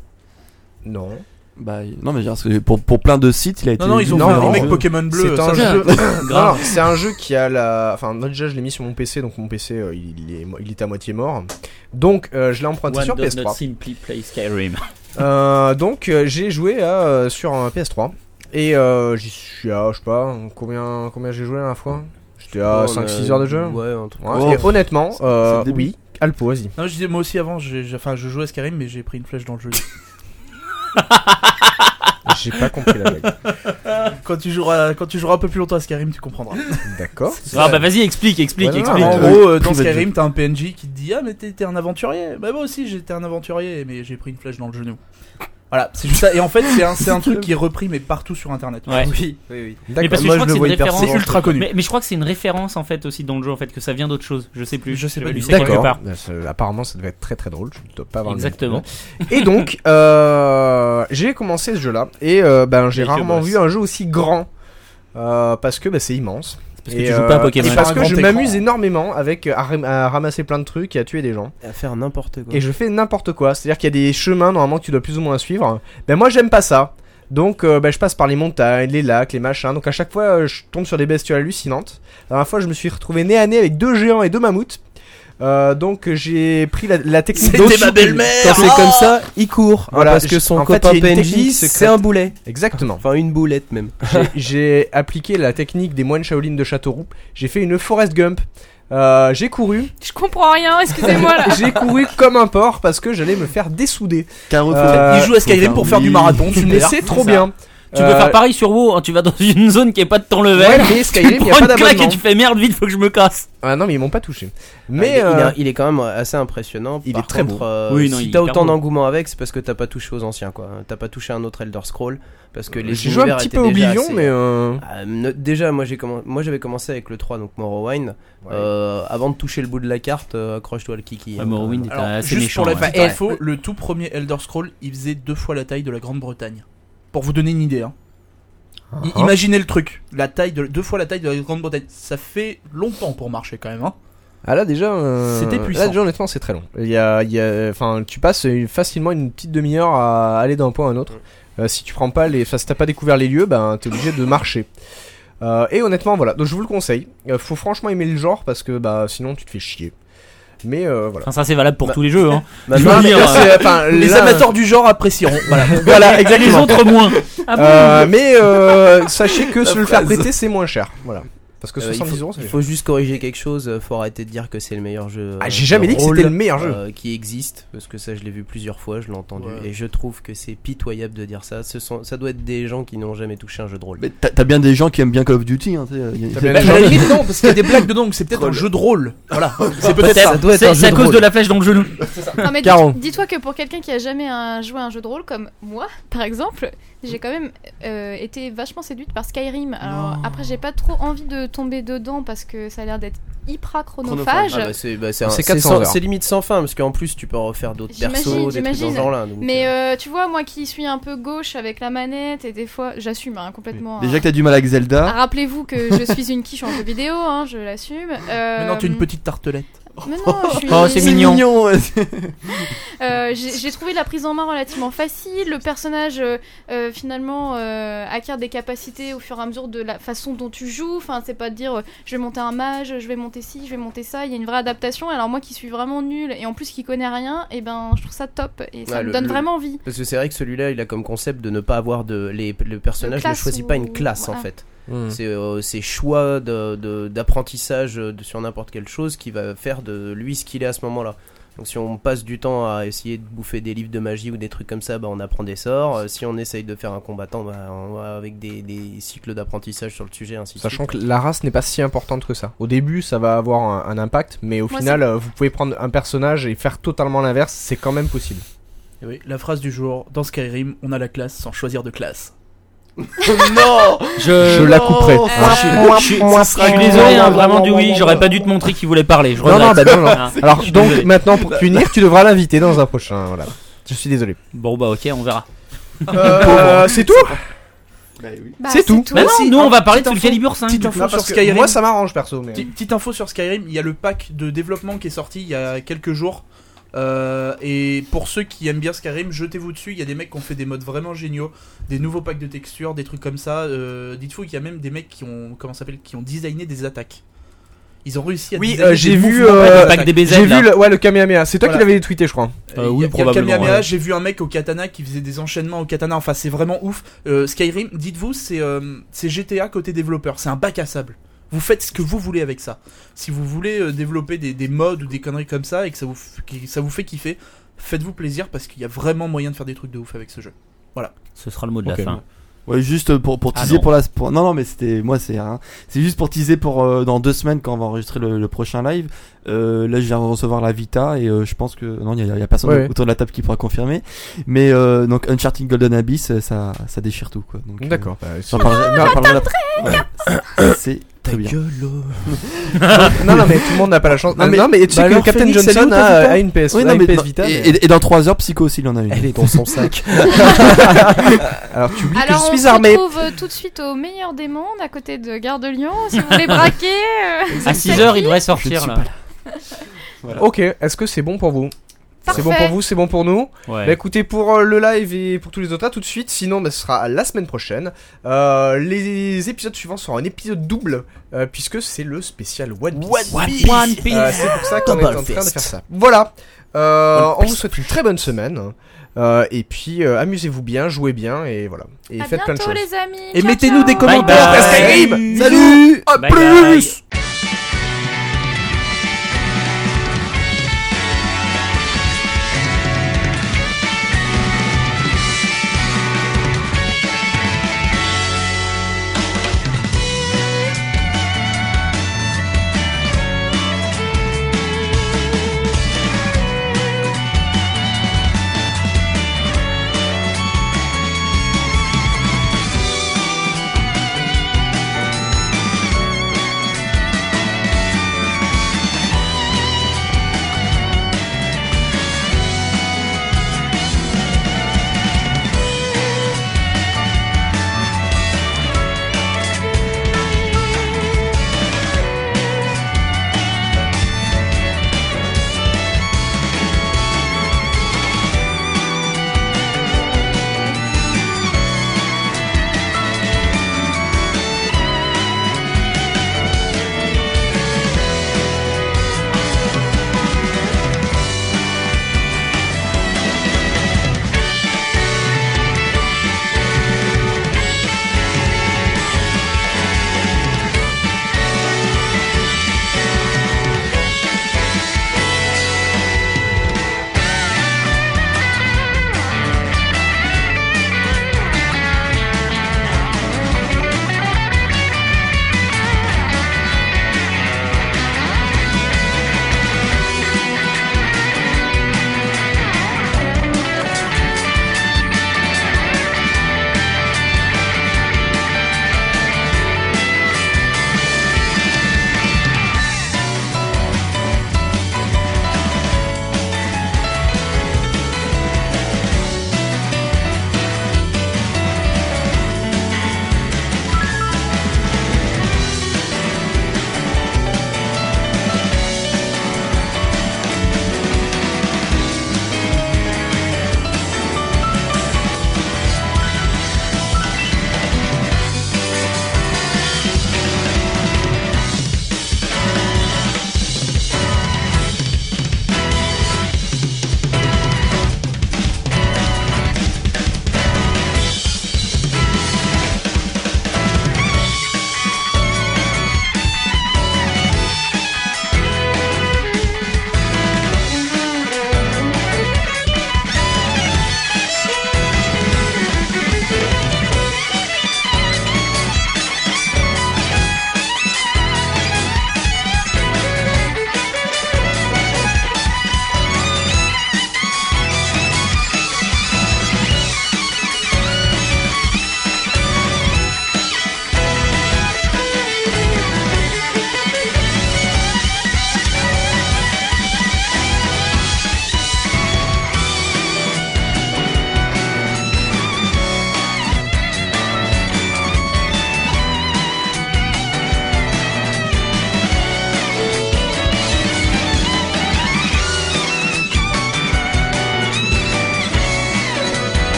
Speaker 1: Non.
Speaker 6: Bah, il- non, mais je veux dire, parce que pour, pour plein de sites, il a été. euh,
Speaker 3: Non non, ils ont
Speaker 1: Non,
Speaker 3: fait un
Speaker 1: non,
Speaker 3: remake
Speaker 1: non.
Speaker 3: Pokémon bleu.
Speaker 1: C'est un
Speaker 3: ça,
Speaker 1: jeu.
Speaker 2: Grave.
Speaker 1: Non, non, c'est un jeu qui a la. Enfin, moi, déjà, je l'ai mis sur mon PC, donc mon PC, euh, il, il est, mo- il est à moitié mort. Donc, euh, je l'ai emprunté sur PS3.
Speaker 2: simply play Skyrim.
Speaker 1: Euh, donc, euh, j'ai joué à, euh, ah, sur un PS3. Et euh, j'y suis à, je sais pas, combien, combien j'ai joué la dernière fois Je J'étais à
Speaker 2: Oh,
Speaker 7: Ouais,
Speaker 1: 5-6
Speaker 7: on a-
Speaker 1: heures de jeu.
Speaker 7: Ouais, un truc.
Speaker 1: Ouais,
Speaker 6: Oh,
Speaker 1: et honnêtement,
Speaker 6: c'est-
Speaker 1: euh,
Speaker 6: c'est le début.
Speaker 1: oui, Alpo, vas-y.
Speaker 3: Non, je disais, moi aussi avant, j'ai- j'ai- enfin, je jouais à Skyrim, mais j'ai pris une flèche dans le jeu.
Speaker 1: J'ai pas compris la blague.
Speaker 3: quand, tu joueras, quand tu joueras un peu plus longtemps à Skyrim, tu comprendras.
Speaker 1: D'accord.
Speaker 2: Ah bah vas-y, explique, explique,
Speaker 1: Ouais, non,
Speaker 2: explique.
Speaker 1: non,
Speaker 3: en
Speaker 1: euh,
Speaker 3: gros, euh, dans
Speaker 6: privé de
Speaker 3: Skyrim, t'as un PNJ qui te dit Ah, mais t'es t'es un aventurier. Bah, moi aussi, j'étais un aventurier, mais j'ai pris une flèche dans le genou. Voilà, c'est juste ça. Et en fait, c'est un, c'est un truc qui est repris, mais partout sur internet.
Speaker 2: Ouais.
Speaker 7: Oui, oui, oui.
Speaker 1: D'accord.
Speaker 2: parce que
Speaker 1: Moi,
Speaker 2: je crois que
Speaker 1: le
Speaker 2: c'est
Speaker 1: vois
Speaker 2: une
Speaker 1: hyper
Speaker 2: référence.
Speaker 1: souvent.
Speaker 2: C'est
Speaker 3: ultra connu.
Speaker 2: Mais, mais je crois que c'est une référence en fait aussi dans le jeu en fait que ça vient d'autre chose. Je sais plus.
Speaker 3: Je sais
Speaker 2: J'ai
Speaker 3: pas
Speaker 2: lu
Speaker 3: du
Speaker 2: ça quelque
Speaker 1: D'accord.
Speaker 2: part.
Speaker 1: Bah, ça- Apparemment, ça devait être très très drôle. Je dois pas avoir le même
Speaker 2: Exactement.
Speaker 1: Et donc, euh, j'ai commencé ce jeu-là et euh, ben j'ai
Speaker 2: Avec le
Speaker 1: rarement
Speaker 2: boss.
Speaker 1: vu un jeu aussi grand euh, parce que ben, c'est immense.
Speaker 2: C'est Parce que
Speaker 1: Et,
Speaker 2: tu joues
Speaker 1: euh,
Speaker 2: pas à
Speaker 1: Et
Speaker 2: Pokémon.
Speaker 1: parce
Speaker 3: Sur
Speaker 1: que
Speaker 3: un
Speaker 1: je
Speaker 3: grand écran.
Speaker 1: m'amuse énormément avec euh, à, ram- à ramasser plein de trucs et à tuer des gens.
Speaker 7: À faire n'importe quoi.
Speaker 1: Et je fais n'importe quoi. C'est-à-dire qu'il y a des chemins normalement que tu dois plus ou moins suivre. Ben moi j'aime pas ça. Donc euh, ben, je passe par les montagnes, les lacs, les machins. Donc à chaque fois euh, je tombe sur des bestioles hallucinantes. La dernière fois je me suis retrouvé nez à nez avec deux géants et deux mammouths. Euh, donc j'ai pris la, la technique
Speaker 3: C'était ma
Speaker 1: d'Oshu-
Speaker 2: Eh,
Speaker 3: belle-mère
Speaker 7: Quand c'est comme ça, il court. hein,
Speaker 1: Voilà,
Speaker 7: parce que son
Speaker 1: en fait,
Speaker 7: copain
Speaker 1: il y a une
Speaker 7: PNJ,
Speaker 1: technique
Speaker 7: c'est
Speaker 1: secrète.
Speaker 7: un boulet.
Speaker 1: Exactement.
Speaker 7: Enfin, une boulette même.
Speaker 1: J'ai- j'ai appliqué la technique des moines Shaolin de Châteauroux. J'ai fait une Forest Gump. Euh, j'ai couru,
Speaker 4: Je comprends rien, excusez-moi là.
Speaker 1: j'ai couru comme un porc parce que j'allais me faire dessouder.
Speaker 6: Carotte.
Speaker 1: Euh,
Speaker 3: Il joue à Skyrim pour faire du marathon, tu
Speaker 1: Mais c'est trop bien.
Speaker 2: Tu peux
Speaker 1: Euh,
Speaker 2: faire pareil sur WoW. hein, Tu vas dans une zone qui est pas de ton
Speaker 1: Ouais,
Speaker 2: level.
Speaker 1: mais
Speaker 2: Tu
Speaker 1: Skyrim, y a
Speaker 2: prends
Speaker 1: pas
Speaker 2: une claque et
Speaker 1: d'abonnement.
Speaker 2: tu fais merde vite, faut que je me casse.
Speaker 1: Ah non, mais ils m'ont pas touché.
Speaker 7: il,
Speaker 1: Mais
Speaker 7: est- il
Speaker 1: euh,
Speaker 7: est- il est quand même assez impressionnant.
Speaker 1: il
Speaker 7: Par
Speaker 1: est très
Speaker 7: contre, euh,
Speaker 2: Oui, non, il
Speaker 7: si
Speaker 2: est
Speaker 7: t'as
Speaker 2: hyper
Speaker 7: autant
Speaker 2: beau.
Speaker 7: d'engouement avec, c'est parce que t'as pas touché aux anciens, quoi. T'as pas touché à un autre Elder Scroll, parce que les
Speaker 1: Euh, j'ai joué un
Speaker 7: univers
Speaker 1: petit
Speaker 7: étaient
Speaker 1: peu
Speaker 7: déjà
Speaker 1: Oblivion,
Speaker 7: assez-
Speaker 1: mais euh,
Speaker 7: Ah, ne- déjà, moi j'ai commen- moi j'avais commencé avec le 3, donc Morrowind.
Speaker 1: Ouais.
Speaker 7: Euh, avant de toucher le bout de la carte, euh, accroche-toi le kiki. hein.
Speaker 2: Morrowind est
Speaker 3: Alors,
Speaker 2: assez
Speaker 3: juste
Speaker 2: méchant.
Speaker 3: pour la
Speaker 2: ouais.
Speaker 3: petite
Speaker 7: ouais.
Speaker 3: info, le tout premier Elder Scroll, il faisait deux fois la taille de la Grande-Bretagne. Pour vous donner une idée, hein.
Speaker 2: Ah
Speaker 3: I-
Speaker 1: Uh-huh.
Speaker 3: Imaginez le truc, la taille de, deux fois la taille de la Grande-Bretagne. Ça fait longtemps pour marcher quand même. Hein.
Speaker 1: ah là déjà, euh,
Speaker 3: C'était
Speaker 1: Là
Speaker 3: puissant.
Speaker 1: déjà honnêtement c'est très long. Il y a, il y a- enfin tu passes une- facilement une petite demi-heure à aller d'un point à un autre. Euh, si tu prends pas les, enfin si t'as pas découvert les lieux, ben t'es obligé de marcher. Euh, et honnêtement voilà, donc je vous le conseille. Euh, faut franchement aimer le genre parce que bah sinon tu te fais chier. Mais euh, voilà.
Speaker 2: Enfin ça c'est valable pour tous les jeux. Hein.
Speaker 7: Maintenant,
Speaker 2: veux
Speaker 1: Non, mais
Speaker 2: dire,
Speaker 1: là,
Speaker 2: euh,
Speaker 1: c'est- enfin,
Speaker 3: Les
Speaker 1: là,
Speaker 3: amateurs du genre apprécieront. voilà.
Speaker 1: Voilà,
Speaker 2: Les
Speaker 1: exactement.
Speaker 2: autres moins. Ah bon
Speaker 1: Euh, mais euh, sachez que se le faire
Speaker 7: phrase.
Speaker 1: prêter c'est moins cher. Voilà. Parce que
Speaker 7: euh, il,
Speaker 1: 70 euros,
Speaker 7: faut,
Speaker 1: ça
Speaker 7: il
Speaker 1: fait
Speaker 7: faut juste corriger quelque chose. euh, Faut arrêter de dire que c'est le meilleur jeu.
Speaker 1: Ah,
Speaker 7: euh,
Speaker 1: j'ai jamais
Speaker 7: de
Speaker 1: dit que c'était
Speaker 7: rôle,
Speaker 1: le meilleur jeu.
Speaker 7: euh, qui existe, parce que ça je l'ai vu plusieurs fois, je l'ai entendu,
Speaker 3: Ouais.
Speaker 7: et je trouve que c'est pitoyable de dire ça. Ce sont, ça doit être des gens qui n'ont jamais touché un jeu de rôle.
Speaker 6: Mais t'as t'as bien des gens qui aiment bien Call of Duty. Hein, t'sais, euh, y a-
Speaker 1: T'as
Speaker 6: c'est-
Speaker 1: bien
Speaker 3: Bah,
Speaker 1: des
Speaker 3: à la
Speaker 1: gens-
Speaker 3: limite, non, parce qu'il y a des blagues dedans, donc c'est peut-être un jeu de rôle. Voilà, c'est peut-être ça.
Speaker 7: ça doit être un
Speaker 2: C'est
Speaker 7: jeu
Speaker 2: c'est à
Speaker 7: de
Speaker 2: cause
Speaker 7: rôle.
Speaker 2: de la flèche dans le genou.
Speaker 4: Non, mais dis-
Speaker 1: Caro.
Speaker 4: dis-toi que pour quelqu'un qui a jamais un- joué à un jeu de rôle comme moi, par exemple, j'ai quand même euh, été vachement séduite par Skyrim. Alors après, j'ai pas trop envie de tomber dedans parce que ça a l'air d'être hyper chronophage.
Speaker 7: Ah, bah, c'est bah, c'est un-
Speaker 1: C'est
Speaker 7: c'est
Speaker 1: 400
Speaker 7: sans-
Speaker 1: heures.
Speaker 7: c'est limite sans fin, parce qu'en plus tu peux en refaire d'autres
Speaker 4: J'imagine,
Speaker 7: persos, des trucs
Speaker 4: j'imagine.
Speaker 7: dans ce genre-là. donc,
Speaker 4: Mais
Speaker 7: euh,
Speaker 4: euh, tu vois, moi qui suis un peu gauche avec la manette et des fois, j'assume hein, complètement.
Speaker 6: Déjà
Speaker 4: hein.
Speaker 6: que t'as du mal avec
Speaker 4: Ah,
Speaker 6: Zelda.
Speaker 4: Rappelez-vous que je suis une quiche en jeu vidéo, hein, je l'assume. Euh,
Speaker 3: Maintenant, tu as une petite tartelette.
Speaker 4: mais non, je suis-
Speaker 2: Oh, c'est mignon.
Speaker 6: ouais.
Speaker 4: Euh, j'ai j'ai trouvé la prise en main relativement facile. Le personnage euh, euh, finalement euh, acquiert des capacités au fur et à mesure de la façon dont tu joues. Enfin, c'est pas de dire euh, je vais monter un mage, je vais monter ci, je vais monter ça. Il y a une vraie adaptation. Alors moi qui suis vraiment nulle et en plus qui connais rien, et ben je trouve ça top et ça
Speaker 7: Ouais,
Speaker 4: me
Speaker 7: le-
Speaker 4: donne
Speaker 7: le-
Speaker 4: vraiment envie.
Speaker 7: Parce que c'est vrai que celui-là, il a comme concept de ne pas avoir de. Les, le personnage
Speaker 4: Une
Speaker 7: ne
Speaker 4: classe
Speaker 7: choisit
Speaker 4: ou-
Speaker 7: pas une classe en
Speaker 4: ah.
Speaker 7: fait.
Speaker 1: Hmm.
Speaker 7: C'est euh, ses choix de- de- d'apprentissage euh, de, sur n'importe quelle chose qui va faire de lui ce qu'il est à ce moment-là. Donc si on passe du temps à essayer de bouffer des livres de magie ou des trucs comme ça, bah, on apprend des sorts. Euh, Si on essaye de faire un combattant, bah, on va avec des, des cycles d'apprentissage sur le sujet, ainsi de
Speaker 1: Sachant
Speaker 7: suite.
Speaker 1: que la race n'est pas si importante que ça. Au début, ça va avoir un, un impact, mais au
Speaker 4: Moi,
Speaker 1: final, euh, vous pouvez prendre un personnage et faire totalement l'inverse, c'est quand même possible.
Speaker 3: Et oui, la phrase du jour, dans Skyrim, on a la classe sans choisir de classe.
Speaker 6: non.
Speaker 1: je la couperai.
Speaker 6: non,
Speaker 1: Moi, je-
Speaker 2: Je suis Euh,
Speaker 6: oh,
Speaker 2: je suis désolé, hein, vraiment du oui, j'aurais pas dû te montrer qui voulait parler. Je
Speaker 1: Non, non,
Speaker 2: regrette.
Speaker 1: bah non, non.
Speaker 2: Ah,
Speaker 1: Alors
Speaker 2: je suis
Speaker 1: donc
Speaker 2: désolé.
Speaker 1: maintenant, pour te punir, tu devras l'inviter dans un prochain. Voilà. Je suis désolé.
Speaker 2: Bon, bah ok, on verra.
Speaker 1: Euh, c'est tout
Speaker 6: Bah oui.
Speaker 4: Bah,
Speaker 1: C'est tout.
Speaker 2: Bah non,
Speaker 3: si,
Speaker 2: nous on
Speaker 3: un
Speaker 2: va parler de
Speaker 3: petit
Speaker 2: Soul
Speaker 3: info-
Speaker 2: Calibur 5.
Speaker 3: petit
Speaker 2: du
Speaker 3: info
Speaker 2: coup.
Speaker 3: sur
Speaker 1: que
Speaker 3: Skyrim.
Speaker 1: Moi, ça m'arrange perso. Mais...
Speaker 3: Petite, petite info sur Skyrim, il y a le pack de développement qui est sorti il y a quelques jours. Euh, et pour ceux qui aiment bien Skyrim, jetez-vous dessus. Il y a des mecs qui ont fait des modes vraiment géniaux, des nouveaux packs de textures, des trucs comme ça. Euh, Dites-vous qu'il y a même des mecs qui ont comment ça s'appelle, qui ont designé des attaques. Ils ont réussi à
Speaker 1: Oui,
Speaker 3: designer
Speaker 1: euh, j'ai
Speaker 3: des
Speaker 1: vu,
Speaker 3: mouvements
Speaker 1: euh,
Speaker 3: d'attaque.
Speaker 2: Le pack des BZ,
Speaker 1: J'ai
Speaker 2: là.
Speaker 1: vu le, ouais, le Kamehameha. C'est toi
Speaker 3: Voilà.
Speaker 1: qui l'avais tweeté, je crois.
Speaker 2: Euh,
Speaker 3: Il y a-
Speaker 2: oui,
Speaker 3: il y a le
Speaker 2: probablement,
Speaker 3: Kamehameha,
Speaker 2: ouais.
Speaker 3: j'ai vu un mec au katana qui faisait des enchaînements au katana. Enfin, c'est vraiment ouf. Euh, Skyrim, dites-vous, c'est euh, c'est GTA côté développeur. C'est un bac à sable. Vous faites ce que vous voulez avec ça. Si vous voulez euh, développer des, des modes ou des conneries comme ça et que ça vous, f- qui- ça vous fait kiffer, faites-vous plaisir parce qu'il y a vraiment moyen de faire des trucs de ouf avec ce jeu.
Speaker 2: Ce sera le mot de
Speaker 1: Ok,
Speaker 2: la fin.
Speaker 6: Ouais, juste pour, pour
Speaker 2: Ah
Speaker 6: teaser
Speaker 2: non.
Speaker 6: pour la. Pour, non, non, mais c'était. Moi, c'est rien. C'est juste pour teaser pour euh, dans deux semaines quand on va enregistrer le, le prochain live. Euh, là, je viens de recevoir la Vita et euh, je pense que. Non, il n'y a, il y a personne
Speaker 1: Ouais.
Speaker 6: autour de la table qui pourra confirmer. Mais euh, donc, Uncharted Golden Abyss, euh, ça, ça déchire tout quoi. Donc, euh,
Speaker 1: D'accord. Bah,
Speaker 6: j'en parlerai- non, j'en parlerai après. Ouais, c'est très bien.
Speaker 1: non, non, mais tout le monde n'a pas la chance.
Speaker 6: Non,
Speaker 1: Euh,
Speaker 6: mais-
Speaker 1: non, mais tu sais
Speaker 7: bah
Speaker 1: que
Speaker 7: alors,
Speaker 1: Captain
Speaker 7: Phoenix, elle est
Speaker 1: Johnson
Speaker 7: où, ta
Speaker 1: a,
Speaker 7: Vita
Speaker 1: a une PS,
Speaker 6: Oui,
Speaker 1: a
Speaker 6: non,
Speaker 1: une
Speaker 6: mais
Speaker 1: PS
Speaker 6: dans-
Speaker 1: Vita.
Speaker 6: et,
Speaker 1: mais-
Speaker 6: et- et dans 3 heures, Psycho aussi, il en a une.
Speaker 7: Elle est dans son sac.
Speaker 1: Alors, tu oublies que je
Speaker 4: Alors, on
Speaker 1: suis
Speaker 4: se
Speaker 1: armé.
Speaker 4: retrouve euh, tout de suite au meilleur des mondes, à côté de Gare de Lyon. Si vous voulez braquer, euh,
Speaker 2: À 6h, il devrait sortir
Speaker 6: suis
Speaker 2: là.
Speaker 1: Ok, est-ce que c'est bon pour vous C'est
Speaker 4: Parfait.
Speaker 1: bon pour vous, c'est bon pour nous.
Speaker 2: Ouais.
Speaker 1: Bah écoutez, pour euh, le live et pour tous les autres là, tout de suite, sinon bah, ce sera la semaine prochaine. Euh, les épisodes suivants seront un épisode double, euh, puisque c'est le spécial One Piece.
Speaker 2: One Piece.
Speaker 1: Euh, c'est pour ça qu'on est
Speaker 7: Double
Speaker 1: en train de
Speaker 7: fist.
Speaker 1: faire ça. Voilà. Euh,
Speaker 7: One
Speaker 1: on vous
Speaker 7: Piece.
Speaker 1: souhaite une très bonne semaine. Euh, et puis euh, amusez-vous bien, jouez bien et voilà. Et
Speaker 4: à
Speaker 1: faites plein de
Speaker 4: bientôt,
Speaker 1: choses.
Speaker 4: les amis.
Speaker 3: Et
Speaker 4: Ciao,
Speaker 3: mettez-nous
Speaker 4: ciao.
Speaker 3: des commentaires.
Speaker 2: bye.
Speaker 1: Restez libres.
Speaker 6: Ah
Speaker 2: Bisous.
Speaker 1: Salut. À
Speaker 2: Bye
Speaker 1: plus.
Speaker 2: bye.